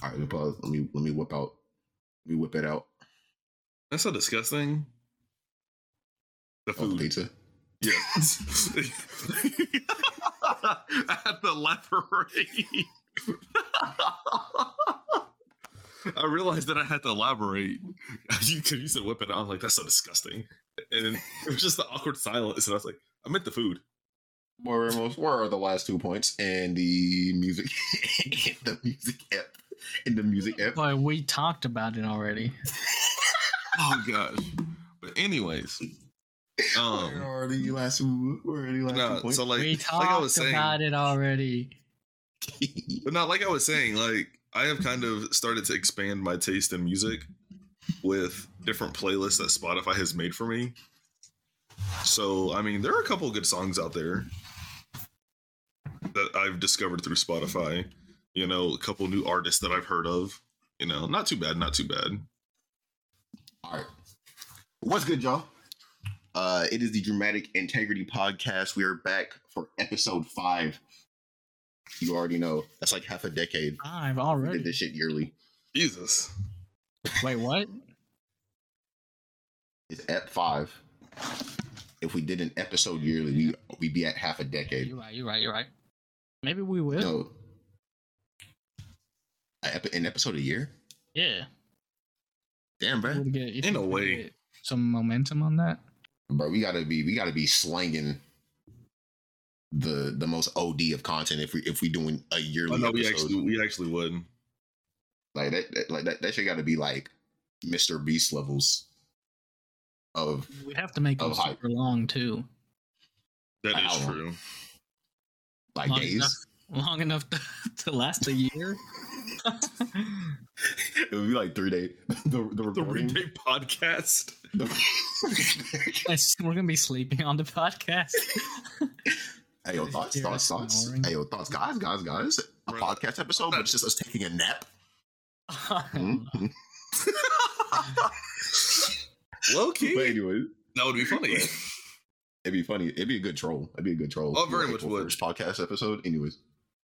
tired of buzz. Let me let me whip out let me whip it out. That's so disgusting. The Oh, the food. pizza. Yeah. At the library. I realized that I had to elaborate. You could use a whip it. I was like, that's so disgusting. And then it was just the awkward silence. And I was like, I meant the food. Where we're almost where are the last two points and the music the music app and the music app. Boy, we talked about it already. Oh, gosh. But, anyways. where Um, are the last two where are the last two no, points? so like, we like I was talked saying, about it already. But not like I was saying, like I have kind of started to expand my taste in music with different playlists that Spotify has made for me. So I mean, there are a couple good songs out there that I've discovered through Spotify. You know, a couple new artists that I've heard of. You know, not too bad, not too bad. All right. What's good, y'all? Uh, it is the Dramatic Integrity Podcast. We are back for episode five. You already know that's like half a decade. I've We did already. this shit yearly. Jesus. Wait, what? It's at five. If we did an episode yearly, we we'd be at half a decade. You're right. You're right. You're right. Maybe we will. No, A epi- an episode a year. Yeah. Damn, We'll bro, get- if In we a can Eh, way. get some momentum on that. bro, we gotta be we gotta be slanging the the most OD of content if we if we doing a yearly. Oh, no, we episode. actually we actually would. Like that, that like that, that shit got to be like Mr. Beast levels of We have to make Oh, them hi. super long too. That is Wow. true. like long days. enough, long enough to, to last a year. it would be like three day. The the The recording. Repay podcast. The- It's- We're gonna be sleeping on the podcast. hey yo, thoughts, thoughts, thoughts. Hey yo, thoughts, guys, guys, guys. A Bro. podcast episode, but it's just us taking a nap. Hmm? Mhm. Low but key, anyway, that would be funny. it'd be funny. It'd be a good troll. It'd be a good troll. Oh, very Like, much for would. first podcast episode. Anyways,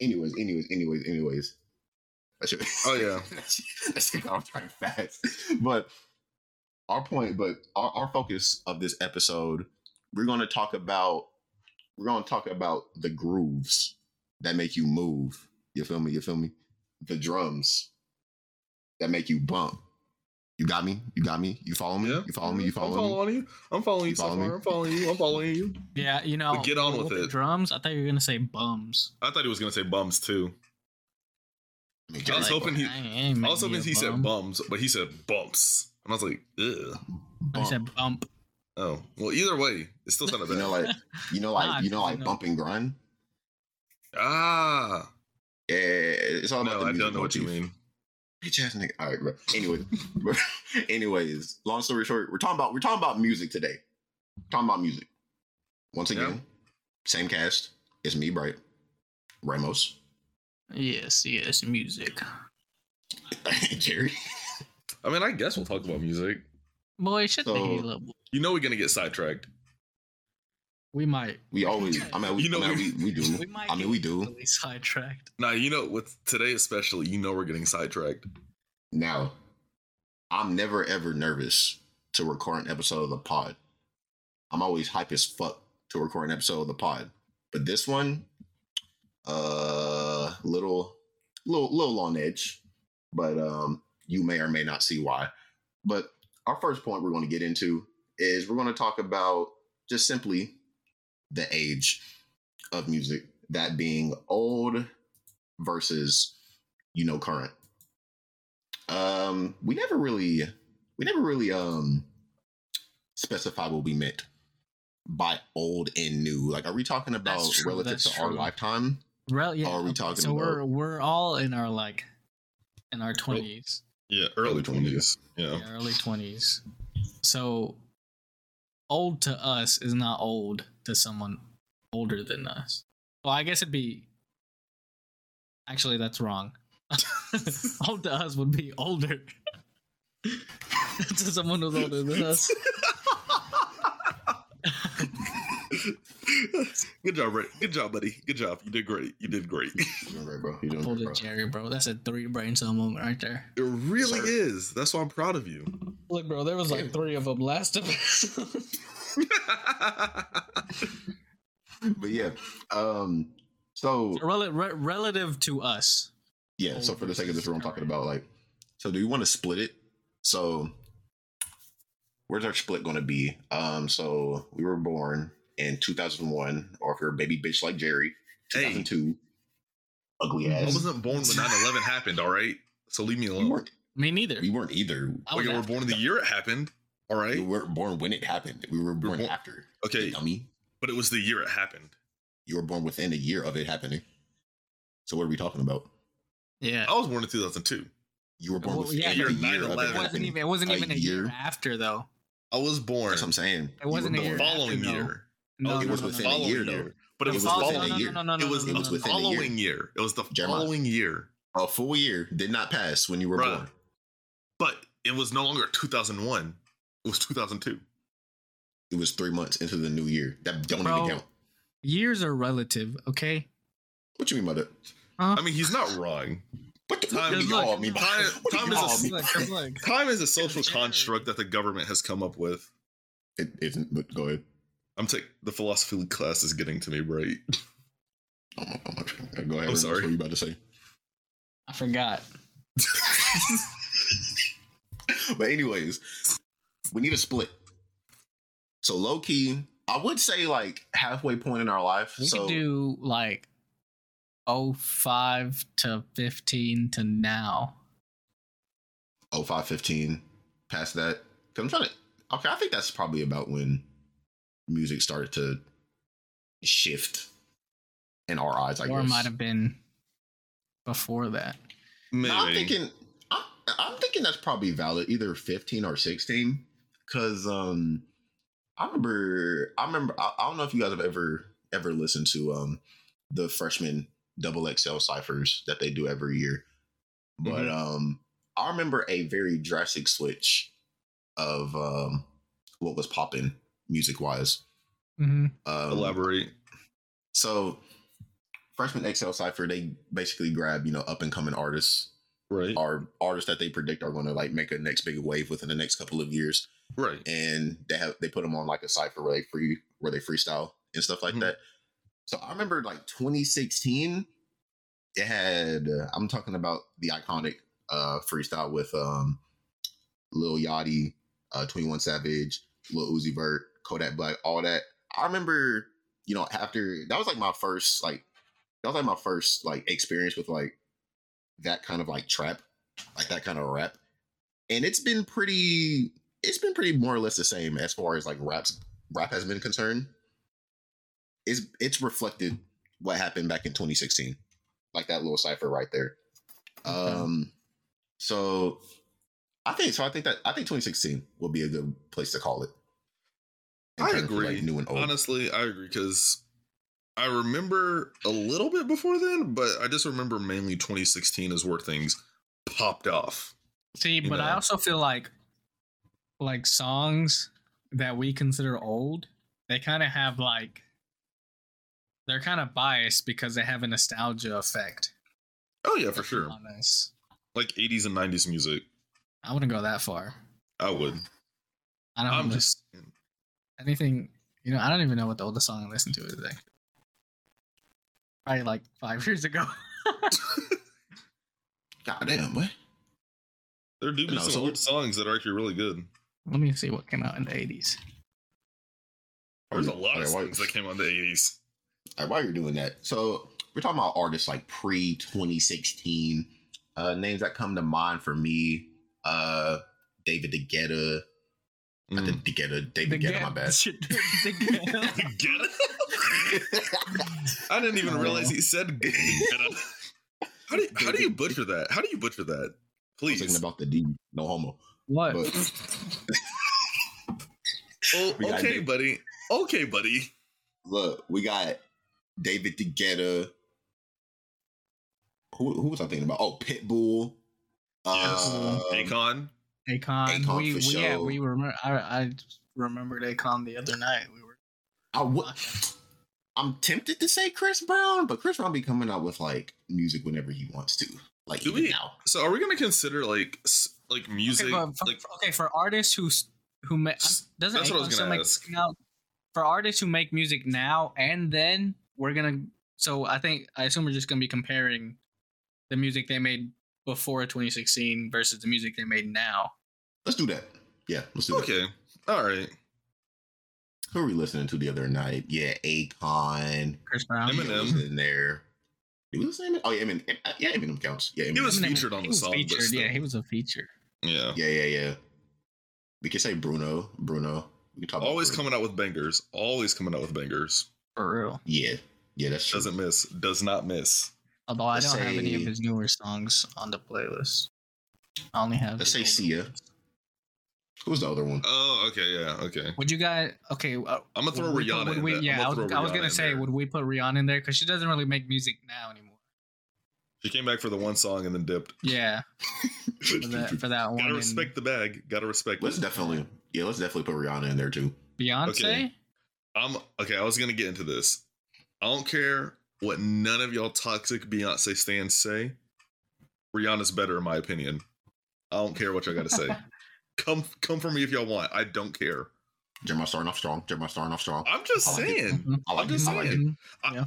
anyways, anyways, anyways, anyways. That shit. Oh, yeah. that shit- that shit got off track fast. But our point, but our, our focus of this episode, we're going to talk about we're going to talk about the grooves that make you move. You feel me? You feel me? The drums that make you bump. You got me? You got me? You follow me? Yeah. You follow me? You follow I'm me? following you. I'm following you, You so follow me? far. I'm following you. I'm following you. yeah, you know. But get on with the it. drums. I thought you were gonna say bums. I thought he was gonna say bums too. I mean, I like, was hoping he I also means he said bums, but he said bumps, and I was like, Ugh. I said bump. bump. oh, well. Either way, it still sounded You bad. know, like you know, Nah, like you know, I like know. bump and grind. ah, Yeah, it's all about no, the I music don't know what you motif. mean. Bitch ass nigga. All right, bro. Anyway, bro. anyways, long story short, we're talking about we're talking about music today. talking about music. Once Yeah. again, same cast. It's me, Bright Ramos, Yes, yes, music. Jerry. I mean, I guess we'll talk about music. Boy, shut the So- hell up. You know, we're gonna get sidetracked. We might. We always. I mean, we, You know I mean, we, we do. We might. I mean, we do. Really sidetracked. Now, you know, with today especially, you know, we're getting sidetracked. Now, I'm never ever nervous to record an episode of the pod. I'm always hype as fuck to record an episode of the pod. But this one, uh little little little on edge. But um you may or may not see why. But our first point we're going to get into is we're going to talk about just simply the age of music, that being old versus you know current um we never really we never really um specify what we meant by old and new like are we talking about That's true, relative that's to our true. lifetime Rel- yeah. Are we okay, talking So about- Oh, we're we're all in our like, in our twenties, Yeah, early Early 20s. twenties. Yeah, yeah, early twenties. So, old to us is not old to someone older than us. Well, I guess it'd be. Actually, that's wrong. old to us would be older. to someone who's older than us. Good job, Ray. Good job, buddy. Good job. You did great. You did great. You're doing great, bro. You're doing Pulled great, a bro. Jerry, bro. That's a three brain cell moment right there. It really Sir. is. That's why I'm proud of you. Look, bro, there was like three of them last episode. But yeah, um, so Rel- re- relative to us. yeah, so for the sake of this, room, I'm talking about like, so do you want to split it? So where's our split going to be? Um, so we were born in 2001, or if you're a baby bitch like Jerry, Hey. 2002, ugly I ass. wasn't born when 9/11 happened. All right, so leave me You alone. weren't, Me neither. you weren't either. I Okay, was we're after born in the year it happened. All We right. weren't born when it happened. We were born born- after. Okay, Dummy. but it was the year it happened. You were born within a year of it happening. So what are we talking about? Yeah. I was born in 2002. You were born Well, within yeah, a you're year of 9/11. it it wasn't happening. even. It wasn't A even a year. year. Oh, after though. I was born That's what I'm saying. It wasn't you a were the year. born- following after, though. year. Oh, No, it no, was no, within no. a Following year, though. year. But it It was the was Follow- within a following. year. No, no, no, It no, no, was no, no, the no, no. within a year. following year. It was the Jeremiah. following year. A full year did not pass when you were Bruh. born. But it was no longer 2001. It was 2002. It was three months into the new year. That don't Bro. even count. Years are relative, okay? What you mean by that? I mean, he's not wrong. What, the, Time what do is- y'all mean? by- time- What do time is a y'all s- mean? Look, by- look. Time is a social Jerry. construct that the government has come up with. It isn't. But go ahead. I'm taking the philosophy class is getting to me, right? Oh my, oh my. Go ahead. I'm sorry. What were you about to say? I forgot. But anyways, we need a split. So low key, I would say like halfway point in our life. We so could do like 05 to 15 to now. 0515 past that 'Cause i'm trying to okay i think that's probably about when music started to shift in our eyes i or it guess might have been before that. Maybe. No, i'm thinking I'm, I'm thinking that's probably valid either 15 or 16 because um i remember i remember I, I don't know if you guys have ever ever listened to um the freshman double xl ciphers that they do every year but um i remember a very drastic switch of um what was popping music wise Mm-hmm. um, Elaborate. so freshman xl cipher they basically grab you know up and coming artists Right. or artists that they predict are going to like make a next big wave within the next couple of years Right. and they have they put them on like a cipher where they free where they freestyle and stuff like Mhm. that. So I remember like 2016, it had uh, I'm talking about the iconic uh freestyle with um Lil Yachty, uh 21 Savage, Lil Uzi Vert, Kodak Black, all that. I remember, you know, after that was like my first like that was like my first like experience with like that kind of like trap, like that kind of rap. And it's been pretty it's been pretty more or less the same as far as like raps rap has been concerned. It's it's reflected what happened back in 2016. Like that little cipher right there. Um so I think so I think that I think 2016 will be a good place to call it. In I terms of, agree. Like new and old. Honestly, I agree because I remember a little bit before then, but I just remember mainly 2016 is where things popped off. See, You but I know. also feel like like songs that we consider old, they kind of have like they're kind of biased because they have a nostalgia effect Oh yeah, for sure. on us. Like 80s and 90s music. I wouldn't go that far. I would. I don't I'm know just anything. You know, I don't even know what the oldest song I listened to is. Like, probably like five years ago. God damn, what? there do be No, some so- old songs that are actually really good. Let me see what came out in the eighties. There's Oh, a lot of Okay, why- songs that came out in the 80s. All right, while you're doing that, so we're talking about artists like pre 2016. Uh, names that come to mind for me: uh, David DeGetta. I Mm. think DeGetta, David DeGetta, my bad. bad. Mm. Get it? I didn't even Oh. realize he said. Get it. how do how do you butcher that? How do you butcher that? I was thinking Please. about the D, no homo. what? But Oh, We gotta okay, do- buddy. Okay, buddy. look, we got David DeGetta. Who, who was I thinking about? Oh, Pitbull. Uh, Akon. Akon. Akon we, for we yeah, sure. we remember. I I remembered Akon the other night. We were I would. I'm tempted to say Chris Brown, but Chris Brown be coming out with like music whenever he wants to, like Do even we- now. So are we gonna consider like s- like music? Okay, but for, like okay, for artists who s- who ma- S- doesn't that's what I was Akon gonna still make ask. music now? For artists who make music now and then, we're gonna. So I think I assume we're just gonna be comparing the music they made before 2016 versus the music they made now. Let's do that. Yeah, let's do that. okay, all right. Who are we listening to the other night? Yeah, Akon. Chris Brown. Eminem. Eminem was in there. Did we listen to Eminem? Oh yeah, Eminem. Yeah, Eminem counts. Yeah, He Eminem. was Eminem- featured on he the was song, but featured, yeah, still. he was a feature. Yeah, Yeah, yeah, yeah. We can say Bruno. Bruno. We can talk. about always Bruno. coming out with bangers. Always coming out with bangers. For real. Yeah, yeah. That's true. Doesn't miss. Does not miss. Although I Let's don't have any of say- his newer songs on the playlist. I only have. Let's say his older Sia. ones. Who's the other one? Oh, okay, yeah, okay. Would you guys? Okay. Uh, I'm gonna throw would we put- Rihanna. would in we- that. yeah, I'm I was, throw I was Rihanna gonna in say, there. would we put Rihanna in there? Because she doesn't really make music now anymore. she came back for the one song and then dipped. Yeah, for that, for that one. Gotta and respect the bag. Gotta respect. Let's it. definitely. Yeah, let's definitely put Rihanna in there too. Beyonce. Okay. I'm okay. I was gonna get into this. I don't care what none of y'all toxic Beyonce stands say. Rihanna's better, in my opinion. I don't care what y'all gotta say. come, come for me if y'all want. I don't care. Jeremiah starting off strong. Jeremiah starting off strong. I'm just I like it. saying. Mhm. I I'm like it. just I like it. saying. Mhm. Yeah.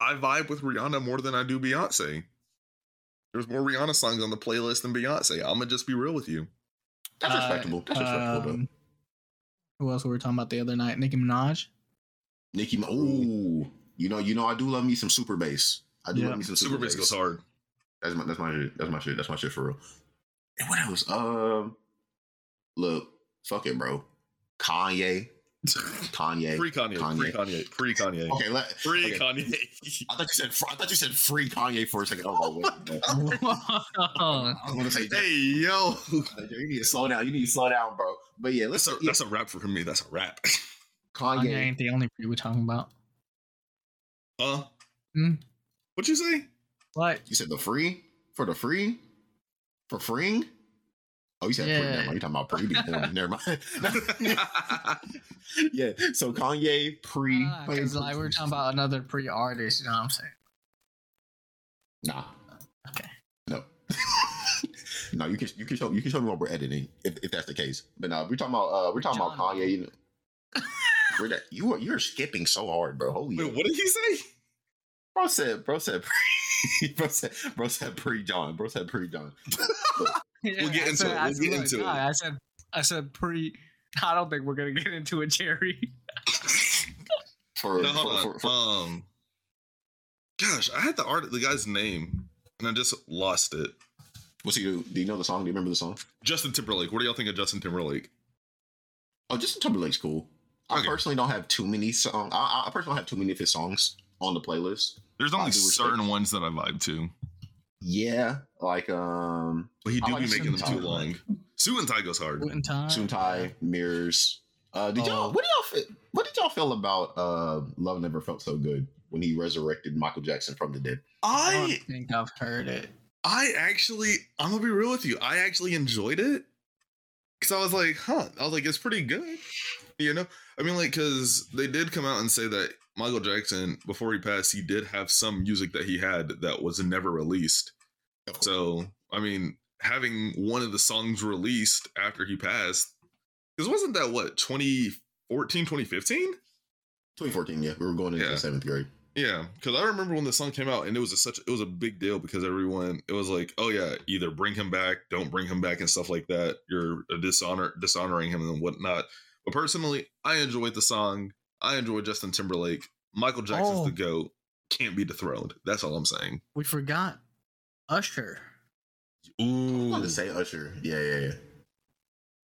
I vibe with Rihanna more than I do Beyonce. There's more Rihanna songs on the playlist than Beyonce. I'm gonna just be real with you. That's Uh, respectable. That's respectable. though. um, who else were we talking about the other night? Nicki Minaj. Nicki. Mo- Ooh, you know, you know, I do love me some super bass. I do Yeah. love me some super, Super bass goes hard. That's my that's my shit. That's my shit. That's my shit for real. And what else? Um, look, fuck it, bro. Kanye, Kanye. Free Kanye. Free Kanye. Kanye. Free Kanye. Okay, let, Free okay. Kanye. I thought you said fr- I thought you said free Kanye for a second. I was like, wait, no. Whoa. I was gonna say, hey yo. you need to slow down. You need to slow down, bro. But yeah, That's let's a yeah, that's a rap for me. That's a rap. Kanye Kanye. ain't the only people we're talking about. Huh? Hmm? Uh, What'd you say? What? You said the free for the free for freeing. Oh, you said free. Yeah. Never mind. You talking about pre? You be horny. Never mind. yeah. So Kanye pre. Because Ah, like we were talking about another pre-artist. You know what I'm saying? Nah. Okay. No. no, you can you can show you can show me what we're editing if, if that's the case. But no, we're talking about uh we're talking about John. Kanye. You know, we're that, you are you're skipping so hard, bro. Holy Wait, what did he say? bro said bro said pre bro said bro said pre John bro said pre John. We'll get I into said- it. I We'll said, get look, into it. nah, I said, I said pre. I don't think we're gonna get into it, Jerry. For, No, hold for, on. for, for- um, gosh, I had the art the guy's name and I just lost it. what's he do? Do you know the song? Do you remember the song? Justin Timberlake. What do y'all think of Justin Timberlake? Oh, Justin Timberlake's cool. I Okay. personally don't have too many song. I, I- I personally don't have too many of his songs on the playlist. There's I only do respect- certain ones that I vibe to, Yeah, like um, but he I do like be making them Suit and too Tie. long. Suit and Tie goes hard. Wouldn't time. Suntai mirrors. Uh, did y'all Um, Oh. what do y'all feel, what did y'all feel about uh, Love Never Felt So Good when he resurrected Michael Jackson from the dead? I I don't think I've heard it. I actually I'm gonna be real with you. I actually enjoyed it because I was like, huh. I was like, it's pretty good. You know, I mean, like, because they did come out and say that Michael Jackson, before he passed, he did have some music that he had that was never released. So, I mean, having one of the songs released after he passed, because wasn't that what 2014, 2015? 2014, yeah, we were going into Yeah. seventh grade. Yeah, because I remember when the song came out, and it was a such it was a big deal because everyone it was like, oh yeah, either bring him back, don't bring him back, and stuff like that. You're uh, dishonor dishonoring him and whatnot. But personally, I enjoyed the song. I enjoy Justin Timberlake. Michael Jackson's Oh. the goat. Can't be dethroned. That's all I'm saying. We forgot Usher. I Ooh, wanted to say Usher. Yeah, yeah, yeah.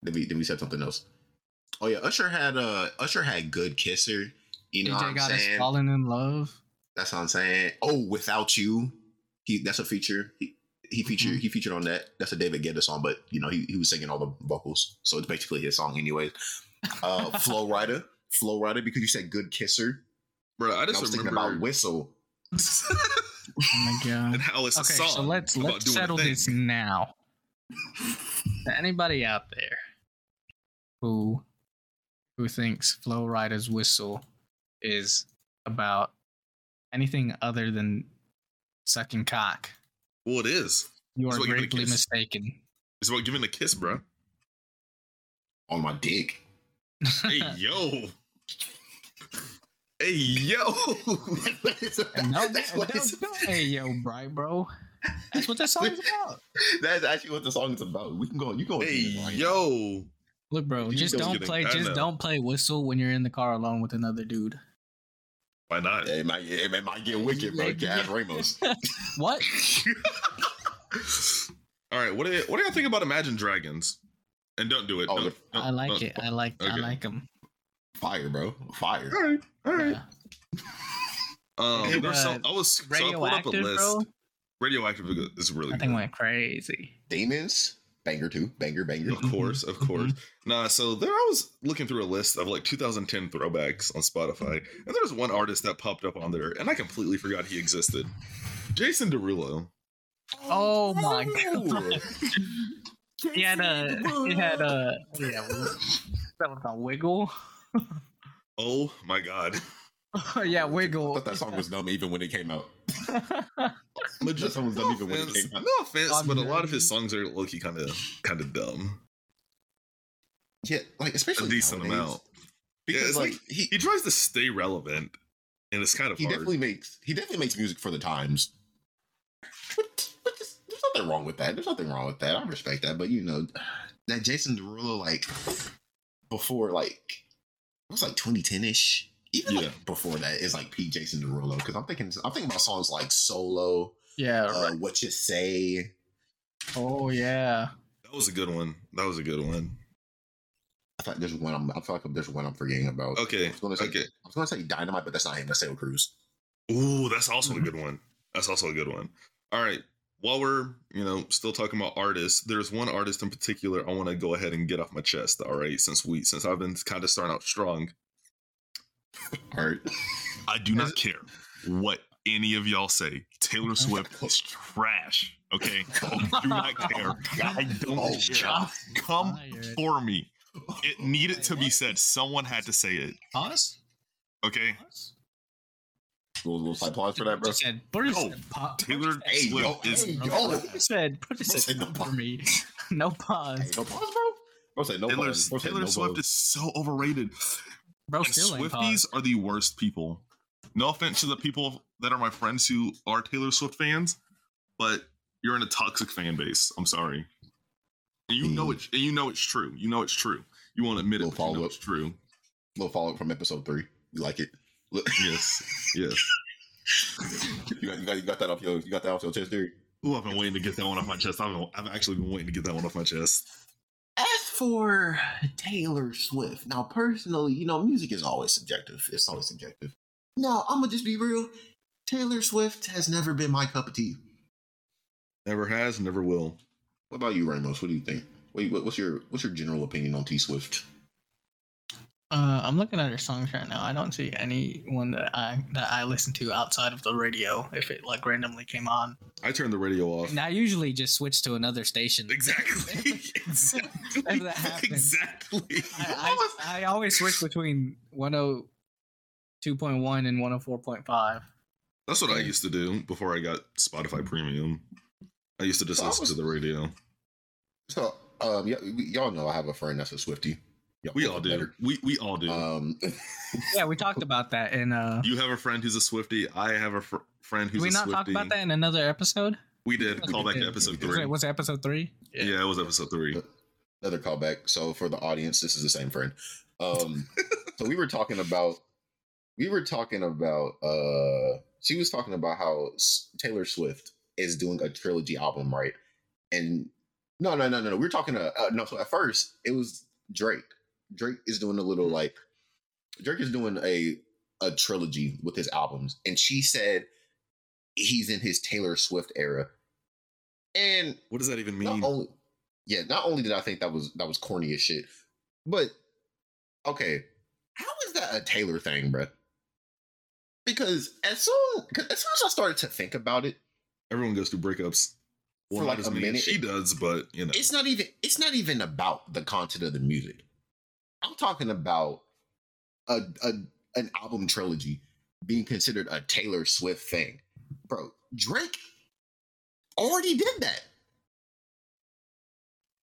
Then we then we said something else. Oh yeah, Usher had uh Usher had good kisser. You know what DJ I'm got us saying? falling in love. That's what I'm saying. Oh, without you, he that's a feature. He, he Mm-hmm. featured he featured on that. That's a David Guetta song, but you know he, he was singing all the vocals, so it's basically his song anyways. Uh, Flow Rider, Flow Rider, because you said good kisser. bro, I I, just was thinking remember about whistle. Oh my god. and how it's a okay, song. so let's about let's doing a settle thing. this now. to anybody out there who who thinks Flow Rider's whistle is about anything other than sucking cock. Well, it is. You That's are what you're gonna greatly kiss. mistaken. It's about giving a kiss, bro. on my dick. Hey yo. hey yo. that's no, that's no, what no, it's- no. Hey, yo, bright bro. That's what that song is about. that's actually what the song is about. We can go. You go. hey yo. Look, bro, You just don't don't get it. play. I Just know. don't play whistle when you're in the car alone with another dude. Why not? It might, it might- might get wicked, bro. Maybe. Gav Ramos. What? All right. What do you, what do y'all think about Imagine Dragons? And don't do it. Oh, Don't- the- don't- I like don't- it. I like. I okay. like him. Fire, bro. Fire. All right. All right. Yeah. Um, They there's were uh, some- I was so I pulled up a Radioactive, list. Oh, bro. Radioactive is really That good. thing went crazy. Demons. Banger two. Banger, banger. Of course, of Mm-hmm. course. Nah, so there I was looking through a list of like 2010 throwbacks on Spotify, and there was one artist that popped up on there, and I completely forgot he existed. Jason Derulo. Oh my god. He had a. He had a. Yeah. That was a wiggle. Oh my god. yeah, I wiggle. thought that song was dumb even when it came out. Major- That song was no dumb even when it offense, came out. no offense, I'm but a lot of nerdy. his songs are low-key kind of kind of dumb. Yeah, like especially A decent nowadays. amount. Because Yeah, it's like, like- he He tries to stay relevant, and it's kind of he hard. definitely makes he definitely makes music for the times. But, but just, there's nothing wrong with that. There's nothing wrong with that. I respect that. But you know, that Jason Derulo like before like it was like 2010 ish. Even Yeah. like before that is like P Jason Derulo because I'm thinking I'm thinking about songs like Solo, yeah. uh, What You Say. Oh yeah. That was a good one. That was a good one. I thought there's one I'm I feel like there's one I'm forgetting about. Okay. I was gonna say, Okay. I was gonna say Dynamite, but that's not him. That's Sail Cruz. Ooh, that's Mm-hmm. also a good one. That's also a good one. All right. While we're, you know, still talking about artists, there's one artist in particular I want to go ahead and get off my chest. All right, since we since I've been kind of starting out strong. All right. I do not care what any of y'all say. Taylor Swift is trash. Okay. I do not care. I don't Oh, care. God. Come Fired. for me. It needed to be said. Someone had to say it. Pause. Okay. Pause. We'll, we'll say pause for that, bro. Butcher said, Butcher No, said, pa- Taylor Hey, yo, Swift is hey, yo. Butcher said, Butcher Bro said, said no no pause. for me. No Hey, pause. no pause, bro. Bro say no Taylor, pause. Bro say Taylor no Swift pause. is so overrated. Bro, and still ain't Swifties pause. are the worst people. No offense to the people that are my friends who are Taylor Swift fans, but you're in a toxic fan base. I'm sorry. And you know Hmm. it. And you know it's true. You know it's true. You won't admit it, Little but you know follow-up. it's true. Little follow up from episode three. You like it? Look, Yes. Yes. you, got, you, got, you got that off your you got that off your chest, dude. Ooh, I've been waiting to get that one off my chest. I've, been, I've actually been waiting to get that one off my chest. As for Taylor Swift, now personally, you know, music is always subjective. It's always subjective. Now, I'm gonna just be real. Taylor Swift has never been my cup of tea. Never has, never will. What about you, Ramos? What do you think? Wait, what, what's your what's your general opinion on T Swift? Uh, I'm looking at her songs right now. I don't see anyone that I that I listen to outside of the radio. If it like randomly came on, I turned the radio off. and I usually just switch to another station. Exactly. If exactly. that happens. Exactly. I, I, I always switch between 102.1 and 104.5. That's what I used to do before I got Spotify Premium. I used to just Well, I listen was- to the radio. So, um, y- y'all know I have a friend that's a Swifty. Y'all We know all him do. better. We we all do. Um, Yeah, we talked about that in uh. you have a friend who's a Swifty. I have a fr- friend Did who's we a not Swifty. talk about that in another episode? We did. Okay, Call back good. to episode Good. three. Wait, was it episode three? Yeah, it was episode Uh, three. another callback. So for the audience, this is the same friend. Um, so we were talking about we were talking about uh she was talking about how S- Taylor Swift is doing a trilogy album, right? And no, no, no, no, no. We were talking to uh, no. So at first it was Drake. Drake is doing a little like Drake is doing a a trilogy with his albums, and she said he's in his Taylor Swift era. And What does that even mean? not only, yeah, not only did I think that was that was corny as shit, but okay, how is that a Taylor thing, bruh? Because as soon 'cause as soon as I started to think about it, Everyone goes through breakups. For Well, not like as a many as minute. She does, but you know. it's not even it's not even about the content of the music. I'm talking about a, a an album trilogy. being considered a Taylor Swift thing. Bro, Drake already did that.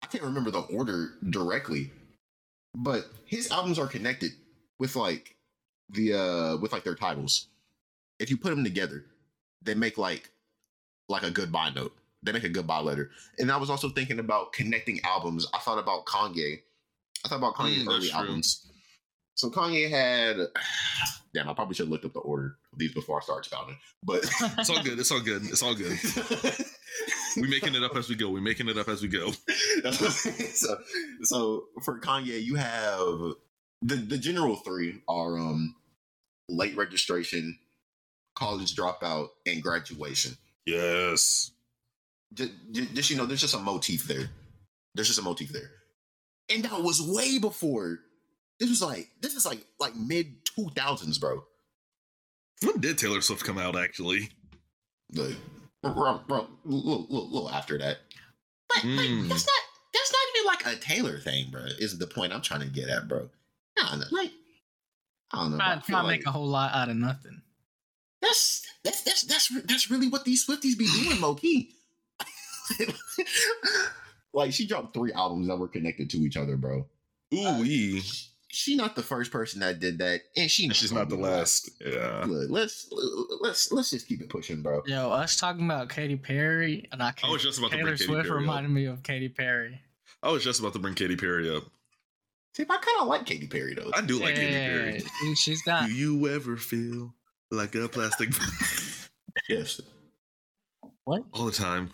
I can't remember the order directly, but his albums are connected with like the uh with like their titles. If you put them together, they make like like a goodbye note. They make a goodbye letter. And I was also thinking about connecting albums. I thought about Kanye. I thought about Kanye's Mm, that's early true. albums. So Kanye had damn, I probably should have looked up the order of these before I started spouting. But It's all good. It's all good. It's all good. We making it up as we go. We making it up as we go. That's what I'm saying. so, so for Kanye, you have the the general three are um late registration, college dropout, and graduation. Yes. Ju- ju- Just, you know, there's just a motif there. There's just a motif there, and that was way before. This was like this is like like mid two thousands, bro. When did Taylor Swift come out? Actually, Like, bro, bro, little, little, little after that. But like, Mm. that's not that's not even like a Taylor thing, bro. Is the point I'm trying to get at, bro? Nah, nah, like I don't know. bro. I Try, feel try to make like a whole lot out of nothing. that's that's that's that's re- that's really what these Swifties be doing, low key. like she dropped three albums that were connected to each other, bro. ooh wee. Uh, She not the first person that did that, and she She's gonna not the be last. Yeah. Look, let's let's let's just keep it pushing, bro. Yo, us talking about Katy Perry and I, I was just about to Taylor bring Katy Swift Perry up. reminded me of Katy Perry. I was just about to bring Katy Perry up. See, I kind of like Katy Perry though. I do like Katy Perry. Yeah, she- She's Uh, got Do you ever feel like a plastic yes, all the time?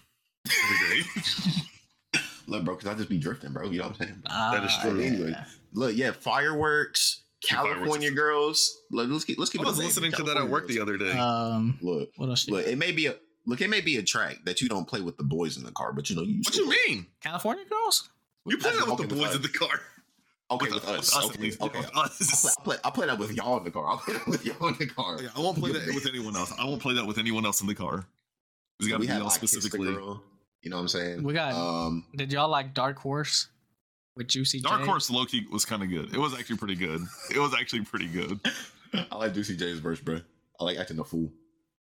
Every day. look, bro, because I just be drifting, bro. You know what I'm saying? That is Ah, true. Anyway. yeah. Look, yeah, fireworks, Fireworks. California girls. Look, let's keep let's keep. I it was a band, listening to that at California Uh, work the girls. other day. Um, Look, what else? she- look, it may be a look. It may be a track that you don't play with the boys in the car, but you know you. what you mean? California girls? You play That's that with the okay with boys us. in the car. Okay, with us. at Okay, least. okay. With I'll play, us. I'll play. I'll play that with y'all in the car. I'll play that with y'all in the car. Yeah, I won't play that with anyone else. I won't play that with anyone else in the car. It's got to we be had y'all like Kiss the specifically. Girl, you know what I'm saying? We got- um. Did y'all like Dark Horse with Juicy Dark J? Horse low key was kind of good. It was actually pretty good. It was actually pretty good. I like Juicy J's verse, bro. I like acting a fool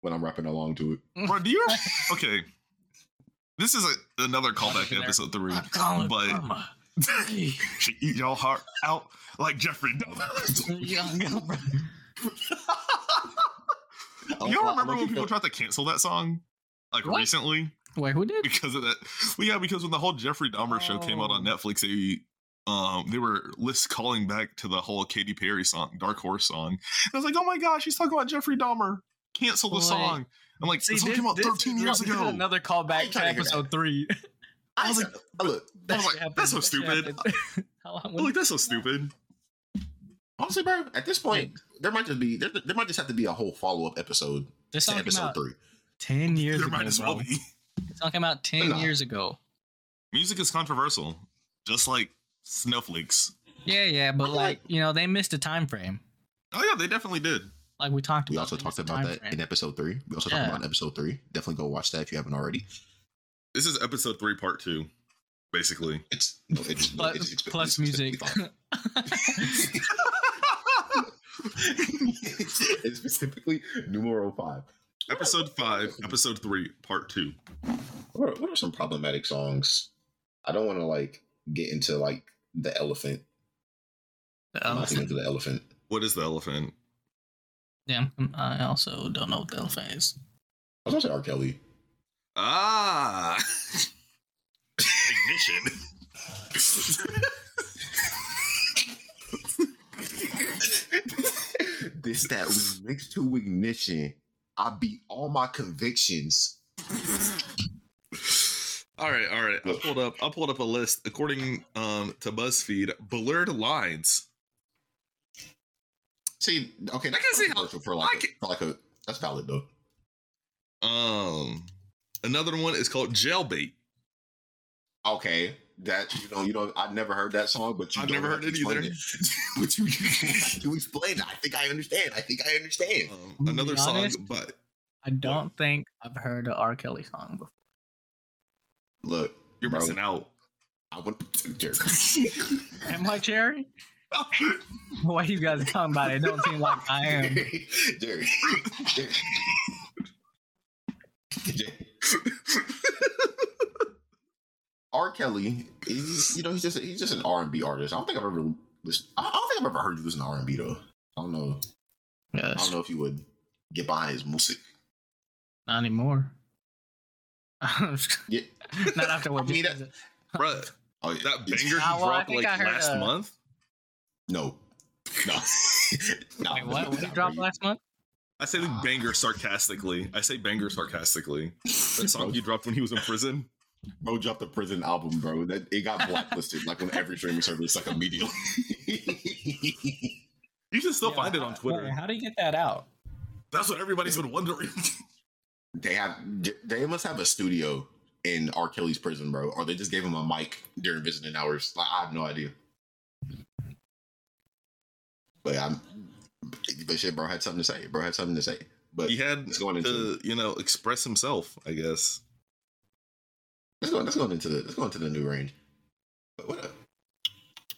when I'm rapping along to it. Bro, do you? Okay. This is a, another callback to Legendary. episode three. I'm calling But- Mama. She eat your heart out like Jeffrey Dahmer. Young, bro. I- Y'all I- I remember like when you people feel- tried to cancel that song? Like What? recently? Wait, who did? Because of that. Well, yeah, because when the whole Jeffrey Dahmer show came out on Oh. Netflix, they um they were list calling back to the whole Katy Perry song, Dark Horse song. And I was like, oh my gosh, he's talking about Jeffrey Dahmer. Cancel the Wait. song. I'm like, this, song came out 13 years this is ago. Another I callback ain't trying to to hear episode three. I was like, look, I was That like, shit happened. that's so That shit stupid. happened. How long I'm was like, that's so stupid. honestly, bro. At this point, there might just be there, there might just have to be a whole follow up episode This to song came episode out three. ten years There ago. might as well bro. be. This song came out ten Nah. years ago. Music is controversial, just like snowflakes. Yeah, yeah, but I like like- you know, they missed a time frame. Oh yeah, they definitely did. Like we talked. We about, also they talked missed the about time that frame. in episode three. We also Yeah. talked about it in episode three. Definitely go watch that if you haven't already. This is episode three, part two, basically. It's no, it's, no, Plus- it's, it's plus it's- music. It's, specifically- it's specifically numero five. episode five, episode three, part two. What are, what are some problematic songs? I don't want to like get into like the elephant. I'm not Um, getting into the elephant. What is the elephant? Yeah, I'm- I also don't know what the elephant is. I was gonna say R. Kelly. Ah, ignition. this that we mix to ignition. I beat all my convictions. all right, all right. I pulled up. I pulled up a list according um, to BuzzFeed. Blurred lines. See, okay, that's I can see how- controversial for I like, can- a, for like a that's valid though. Um, another one is called Jailbait. Okay, that you know, you know, I've never heard that song, but you I've don't never have heard to it either. explain but you you explain. it. I think I understand. I think I understand. Um, another Be song, honest. but I don't think I've heard an R. Kelly song before. Look, you're bro, missing out. I would jerk. Am I Jerry? Why you guys talking about it? It Don't seem like I am. Jerry, Jerry, Jerry. Jerry. R. Kelly, he's, you know, he's just he's just an R and B artist. I don't think I've ever listened. I I don't think I've ever heard you listen to R and B though. I don't know. Yeah, I don't know if you would get behind his music. not anymore. Yeah. not after what I mean, uh, you said. Bruh, Oh, yeah. that banger he Ah, well, I dropped think like I heard, last uh, month. No, no, no. Wait, what? What did you drop last month? I say the banger sarcastically. I say banger sarcastically. That song he dropped when he was in prison. Bro dropped the prison album, bro. That it got blacklisted like on every streaming service, like immediately. You can still Yeah, find it on how- Twitter. wait, How do you get that out? That's what everybody's been wondering. they have they must have a studio in R. Kelly's prison, bro. Or they just gave him a mic during visiting hours. Like I have no idea. But I'm but shit, bro had something to say. Bro had something to say. But he had It's going to, into- you know, express himself, I guess. let's go let's go into the let's go into the new range. But what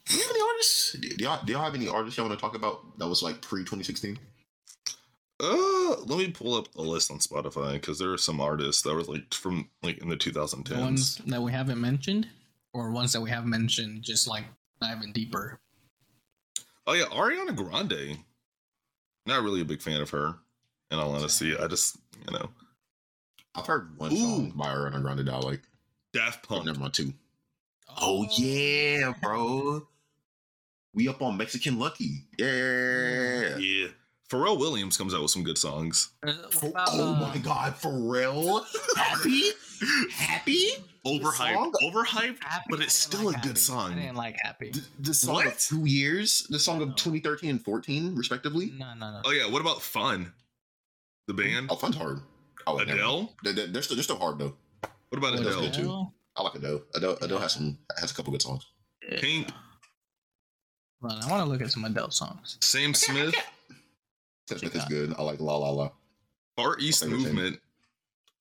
do you have any artists? Do y'all, do y'all have any artists y'all want to talk about that was like pre 2016? Uh, let me pull up the list on Spotify because there are some artists that were like from like in the 2010s. The ones that we haven't mentioned, or ones that we have mentioned, just like diving deeper. Oh yeah, Ariana Grande. Not really a big fan of her. In all honesty, I just you know I've heard one Ooh. song by Ariana Grande that I like. Daft Oh, Punk. never mind, two. Oh yeah, bro. We up on Mexican Lucky. Mm-hmm. Yeah. Yeah, Pharrell Williams comes out with some good songs. Uh, what For- about, oh uh, my god, Pharrell. Happy? Happy? Overhyped, song- overhyped, Happy? but I it's didn't still like a good Happy. I song. didn't like Happy. The, the song What? of two years, the song of No. 2013 and 14, respectively. No, no, no. Oh yeah, what about Fun? The band Oh, fun's hard. Oh, never mind. Adele. They- they- They're still, they're still hard though. What about Adele. Adele? good too. Adele? I like Adele. Adele, Adele has Yeah. some has a couple good songs. Pink, Hold on, I want to look at some Adele songs. Sam Smith, Sam Smith Check is out. good. I like La La La. Far East Okay, we're saying- Movement.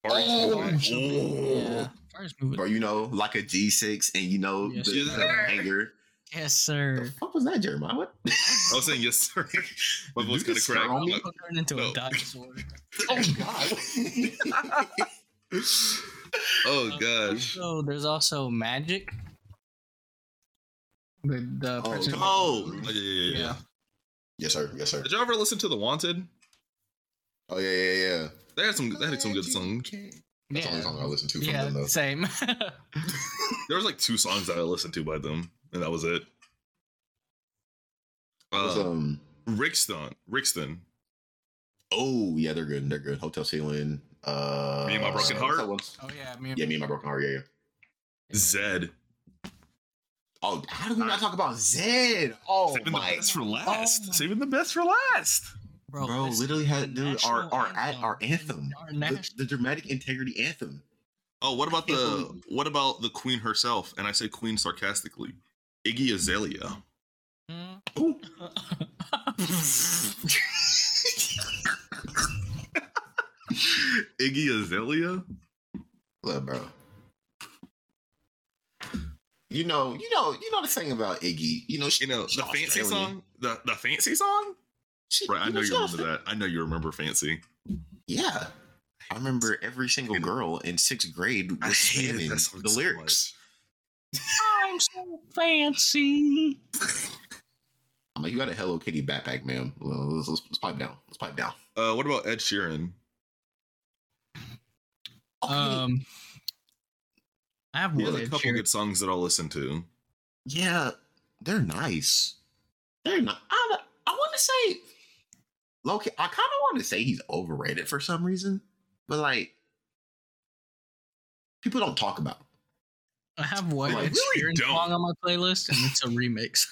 Far East Oh, Movement. Yeah. yeah. First movie. Bro, you know, like a G6, and you know Yes, the, sir. the banger. Yes, The sir. fuck was that, Jeremiah? What? Oh, I was saying yes, sir. My Did you voice gonna just crack. swear on me? Look. People turn into No. a dinosaur. Oh God! Oh gosh. So there's also Magic. The the Oh, person- come on. Oh yeah, yeah, yeah, yeah. yes, sir. Yes, sir. Did y'all ever listen to The Wanted? Oh yeah, yeah, yeah. They had some. They had some good songs. That's the only yeah, song I listen to from yeah, them though. same. There was like two songs that I listened to by them, and that was it. It was, Uh, um, Rickston, Rickston. oh yeah, they're good. They're good. Hotel Ceiling. Uh, Me and My Broken what's Heart? that one's- oh yeah, me and Yeah, me and my broken heart. Yeah. yeah. Zed. Oh, how do we Ah. not talk about Zed? Oh Saving the my, best for last. my- Saving the best for last. bro. bro, this literally is the had dude our national our at our anthem, Our the, national. the dramatic integrity anthem. Oh, what about I can't the what about the queen herself? And I say queen sarcastically. Iggy Azalea. Ooh. Iggy Azalea? Look, bro. You know, you know, you know the thing about Iggy. You know, she, You know, the she's fancy Australian. song? The the fancy song? She- Right, I know she's you remember Australian. that. I know you remember fancy. Yeah. I remember every single girl in sixth grade I was hated spamming that song the so lyrics. I'm so fancy. I'm like, you got a Hello Kitty backpack, ma'am. Well, Let's, let's, let's pipe down. Let's pipe down. Uh what about Ed Sheeran? Okay. Um, I have He has one. a Ed couple Sheeran. good songs that I'll listen to. yeah, they're nice. They're not. I, I want to say, Loki. I kind of want to say he's overrated for some reason, but like, people don't talk about. him. I have one They Ed really Sheeran don't. song on my playlist, and it's a remix.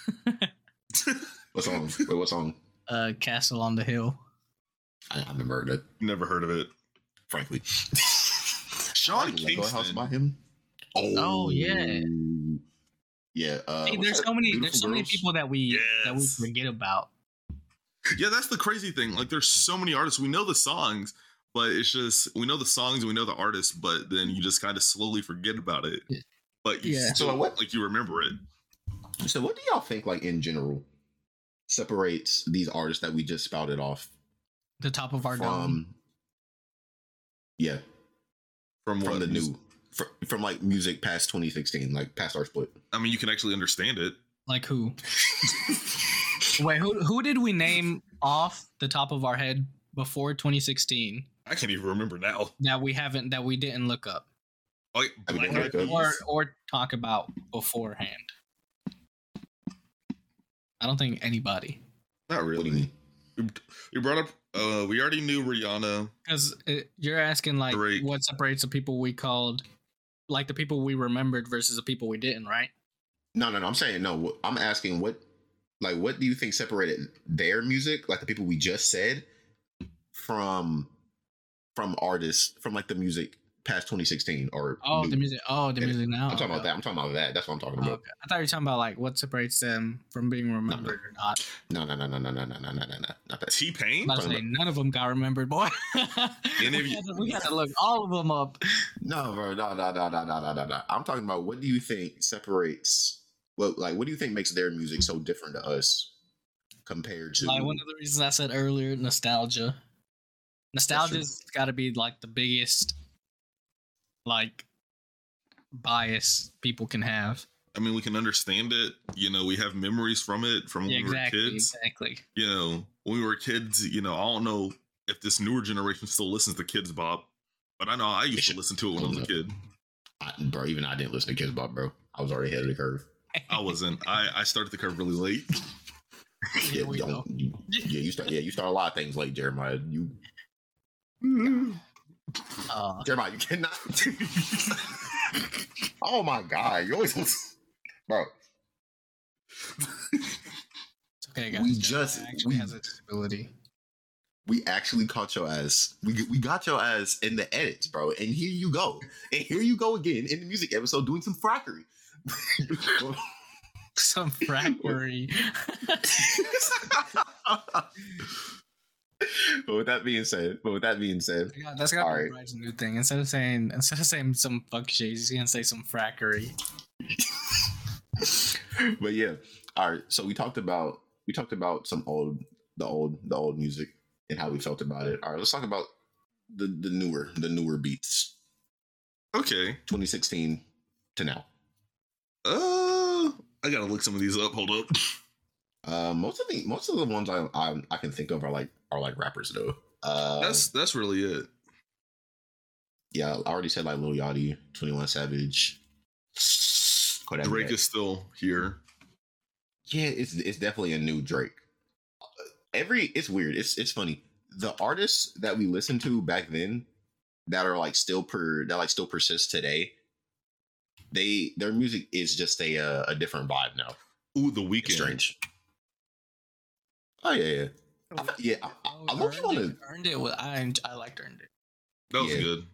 What song? Wait, what song? uh, Castle on the Hill. I, I've never heard it, Never heard of it. frankly. Sean Like Lego House Kingston. by him. Oh, yeah. Yeah. Uh, See, what's there's that? so many. Beautiful There's so many Girls? people that we that we Yes. forget about. Yeah, that's the crazy thing. Like, there's so many artists. We know the songs, but it's just we know the songs and we know the artists, but then you just kind of slowly forget about it. Yeah. But you Yeah. still, So what- like you remember it. So, what do y'all think, like in general, separates these artists that we just spouted off The top of our dome. yeah From, from what? the new from, from like music past 2016 like past our split I mean, you can actually understand it. Like who? Wait, who who did we name off the top of our head before 2016 I can't even remember now. that we haven't that we didn't look up Like I mean, Black they look Eyed Peas. up. or or talk about beforehand? I don't think anybody not what do really. you mean We brought up. Uh, we already knew Rihanna. because uh, you're asking like Drake. what separates the people we called, like the people we remembered versus the people we didn't, right? no no no i'm saying no wh- i'm asking what like what do you think separated their music like the people we just said from from artists from like the music past 2016 or Oh, new? the music. Oh, the Yeah, music now. i'm talking about okay. that i'm talking about that that's what i'm talking Oh, about okay. I thought you were talking about like what separates them from being remembered or not. no no no no no no no no no no no not that T Pain. I'm about to say none of them got remembered, boy. Any of we, you- gotta, we gotta look all of them up. No, bro, no, no, no, no, no, no, no, no. I'm talking about what do you think separates? Well, like, what do you think makes their music so different to us compared to? Like one of the reasons I said earlier, nostalgia. Nostalgia's got to be like the biggest, like, bias people can have. I mean, we can understand it. You know, we have memories from it from when Yeah, we were exactly, kids. exactly. You know, when we were kids, you know, I don't know if this newer generation still listens to Kids Bop, but I know I used to should. listen to it when I was a Mhm. kid. I, bro, even I didn't listen to Kids Bop, bro. I was already ahead of the curve. I wasn't. I I started the curve really late. Here yeah, we don't- go. you- yeah, you start. Yeah, you start a lot of things late, Jeremiah. You, Uh, Jeremiah, you cannot. oh my God, you always, bro. it's okay, guys. We Jeremiah just- actually we- has a disability. We actually caught your ass. We we got your ass in the edits, bro. And here you go. And here you go again in the music episode doing some frackery. Some frackery. but with that being said, but with that being said, Yeah, that's gotta be Alright. Bride's new thing. Instead of saying instead of saying some fuck shit, he's gonna say some frackery. but yeah, all right. So we talked about we talked about some old the old the old music and how we felt about it. All right, let's talk about the the newer the newer beats, Okay. 2016 to now. Uh, I gotta look some of these up. Hold up. Uh, most of the most of the ones I I, I can think of are like are like rappers though. Uh, That's that's really it. yeah, I already said like Lil Yachty, 21 Savage, Kodak Drake Black. is still here. Yeah, it's it's definitely a new Drake. Every it's weird. It's it's funny. The artists that we listened to back then that are like still per that like still persist today. They their music is just a uh, a different vibe now. Ooh, the It's weekend. strange. Oh yeah, yeah, I, fe- yeah. I, I, I look Oh, earned, on it, to earned it with I I liked earned it. That was Yeah. good.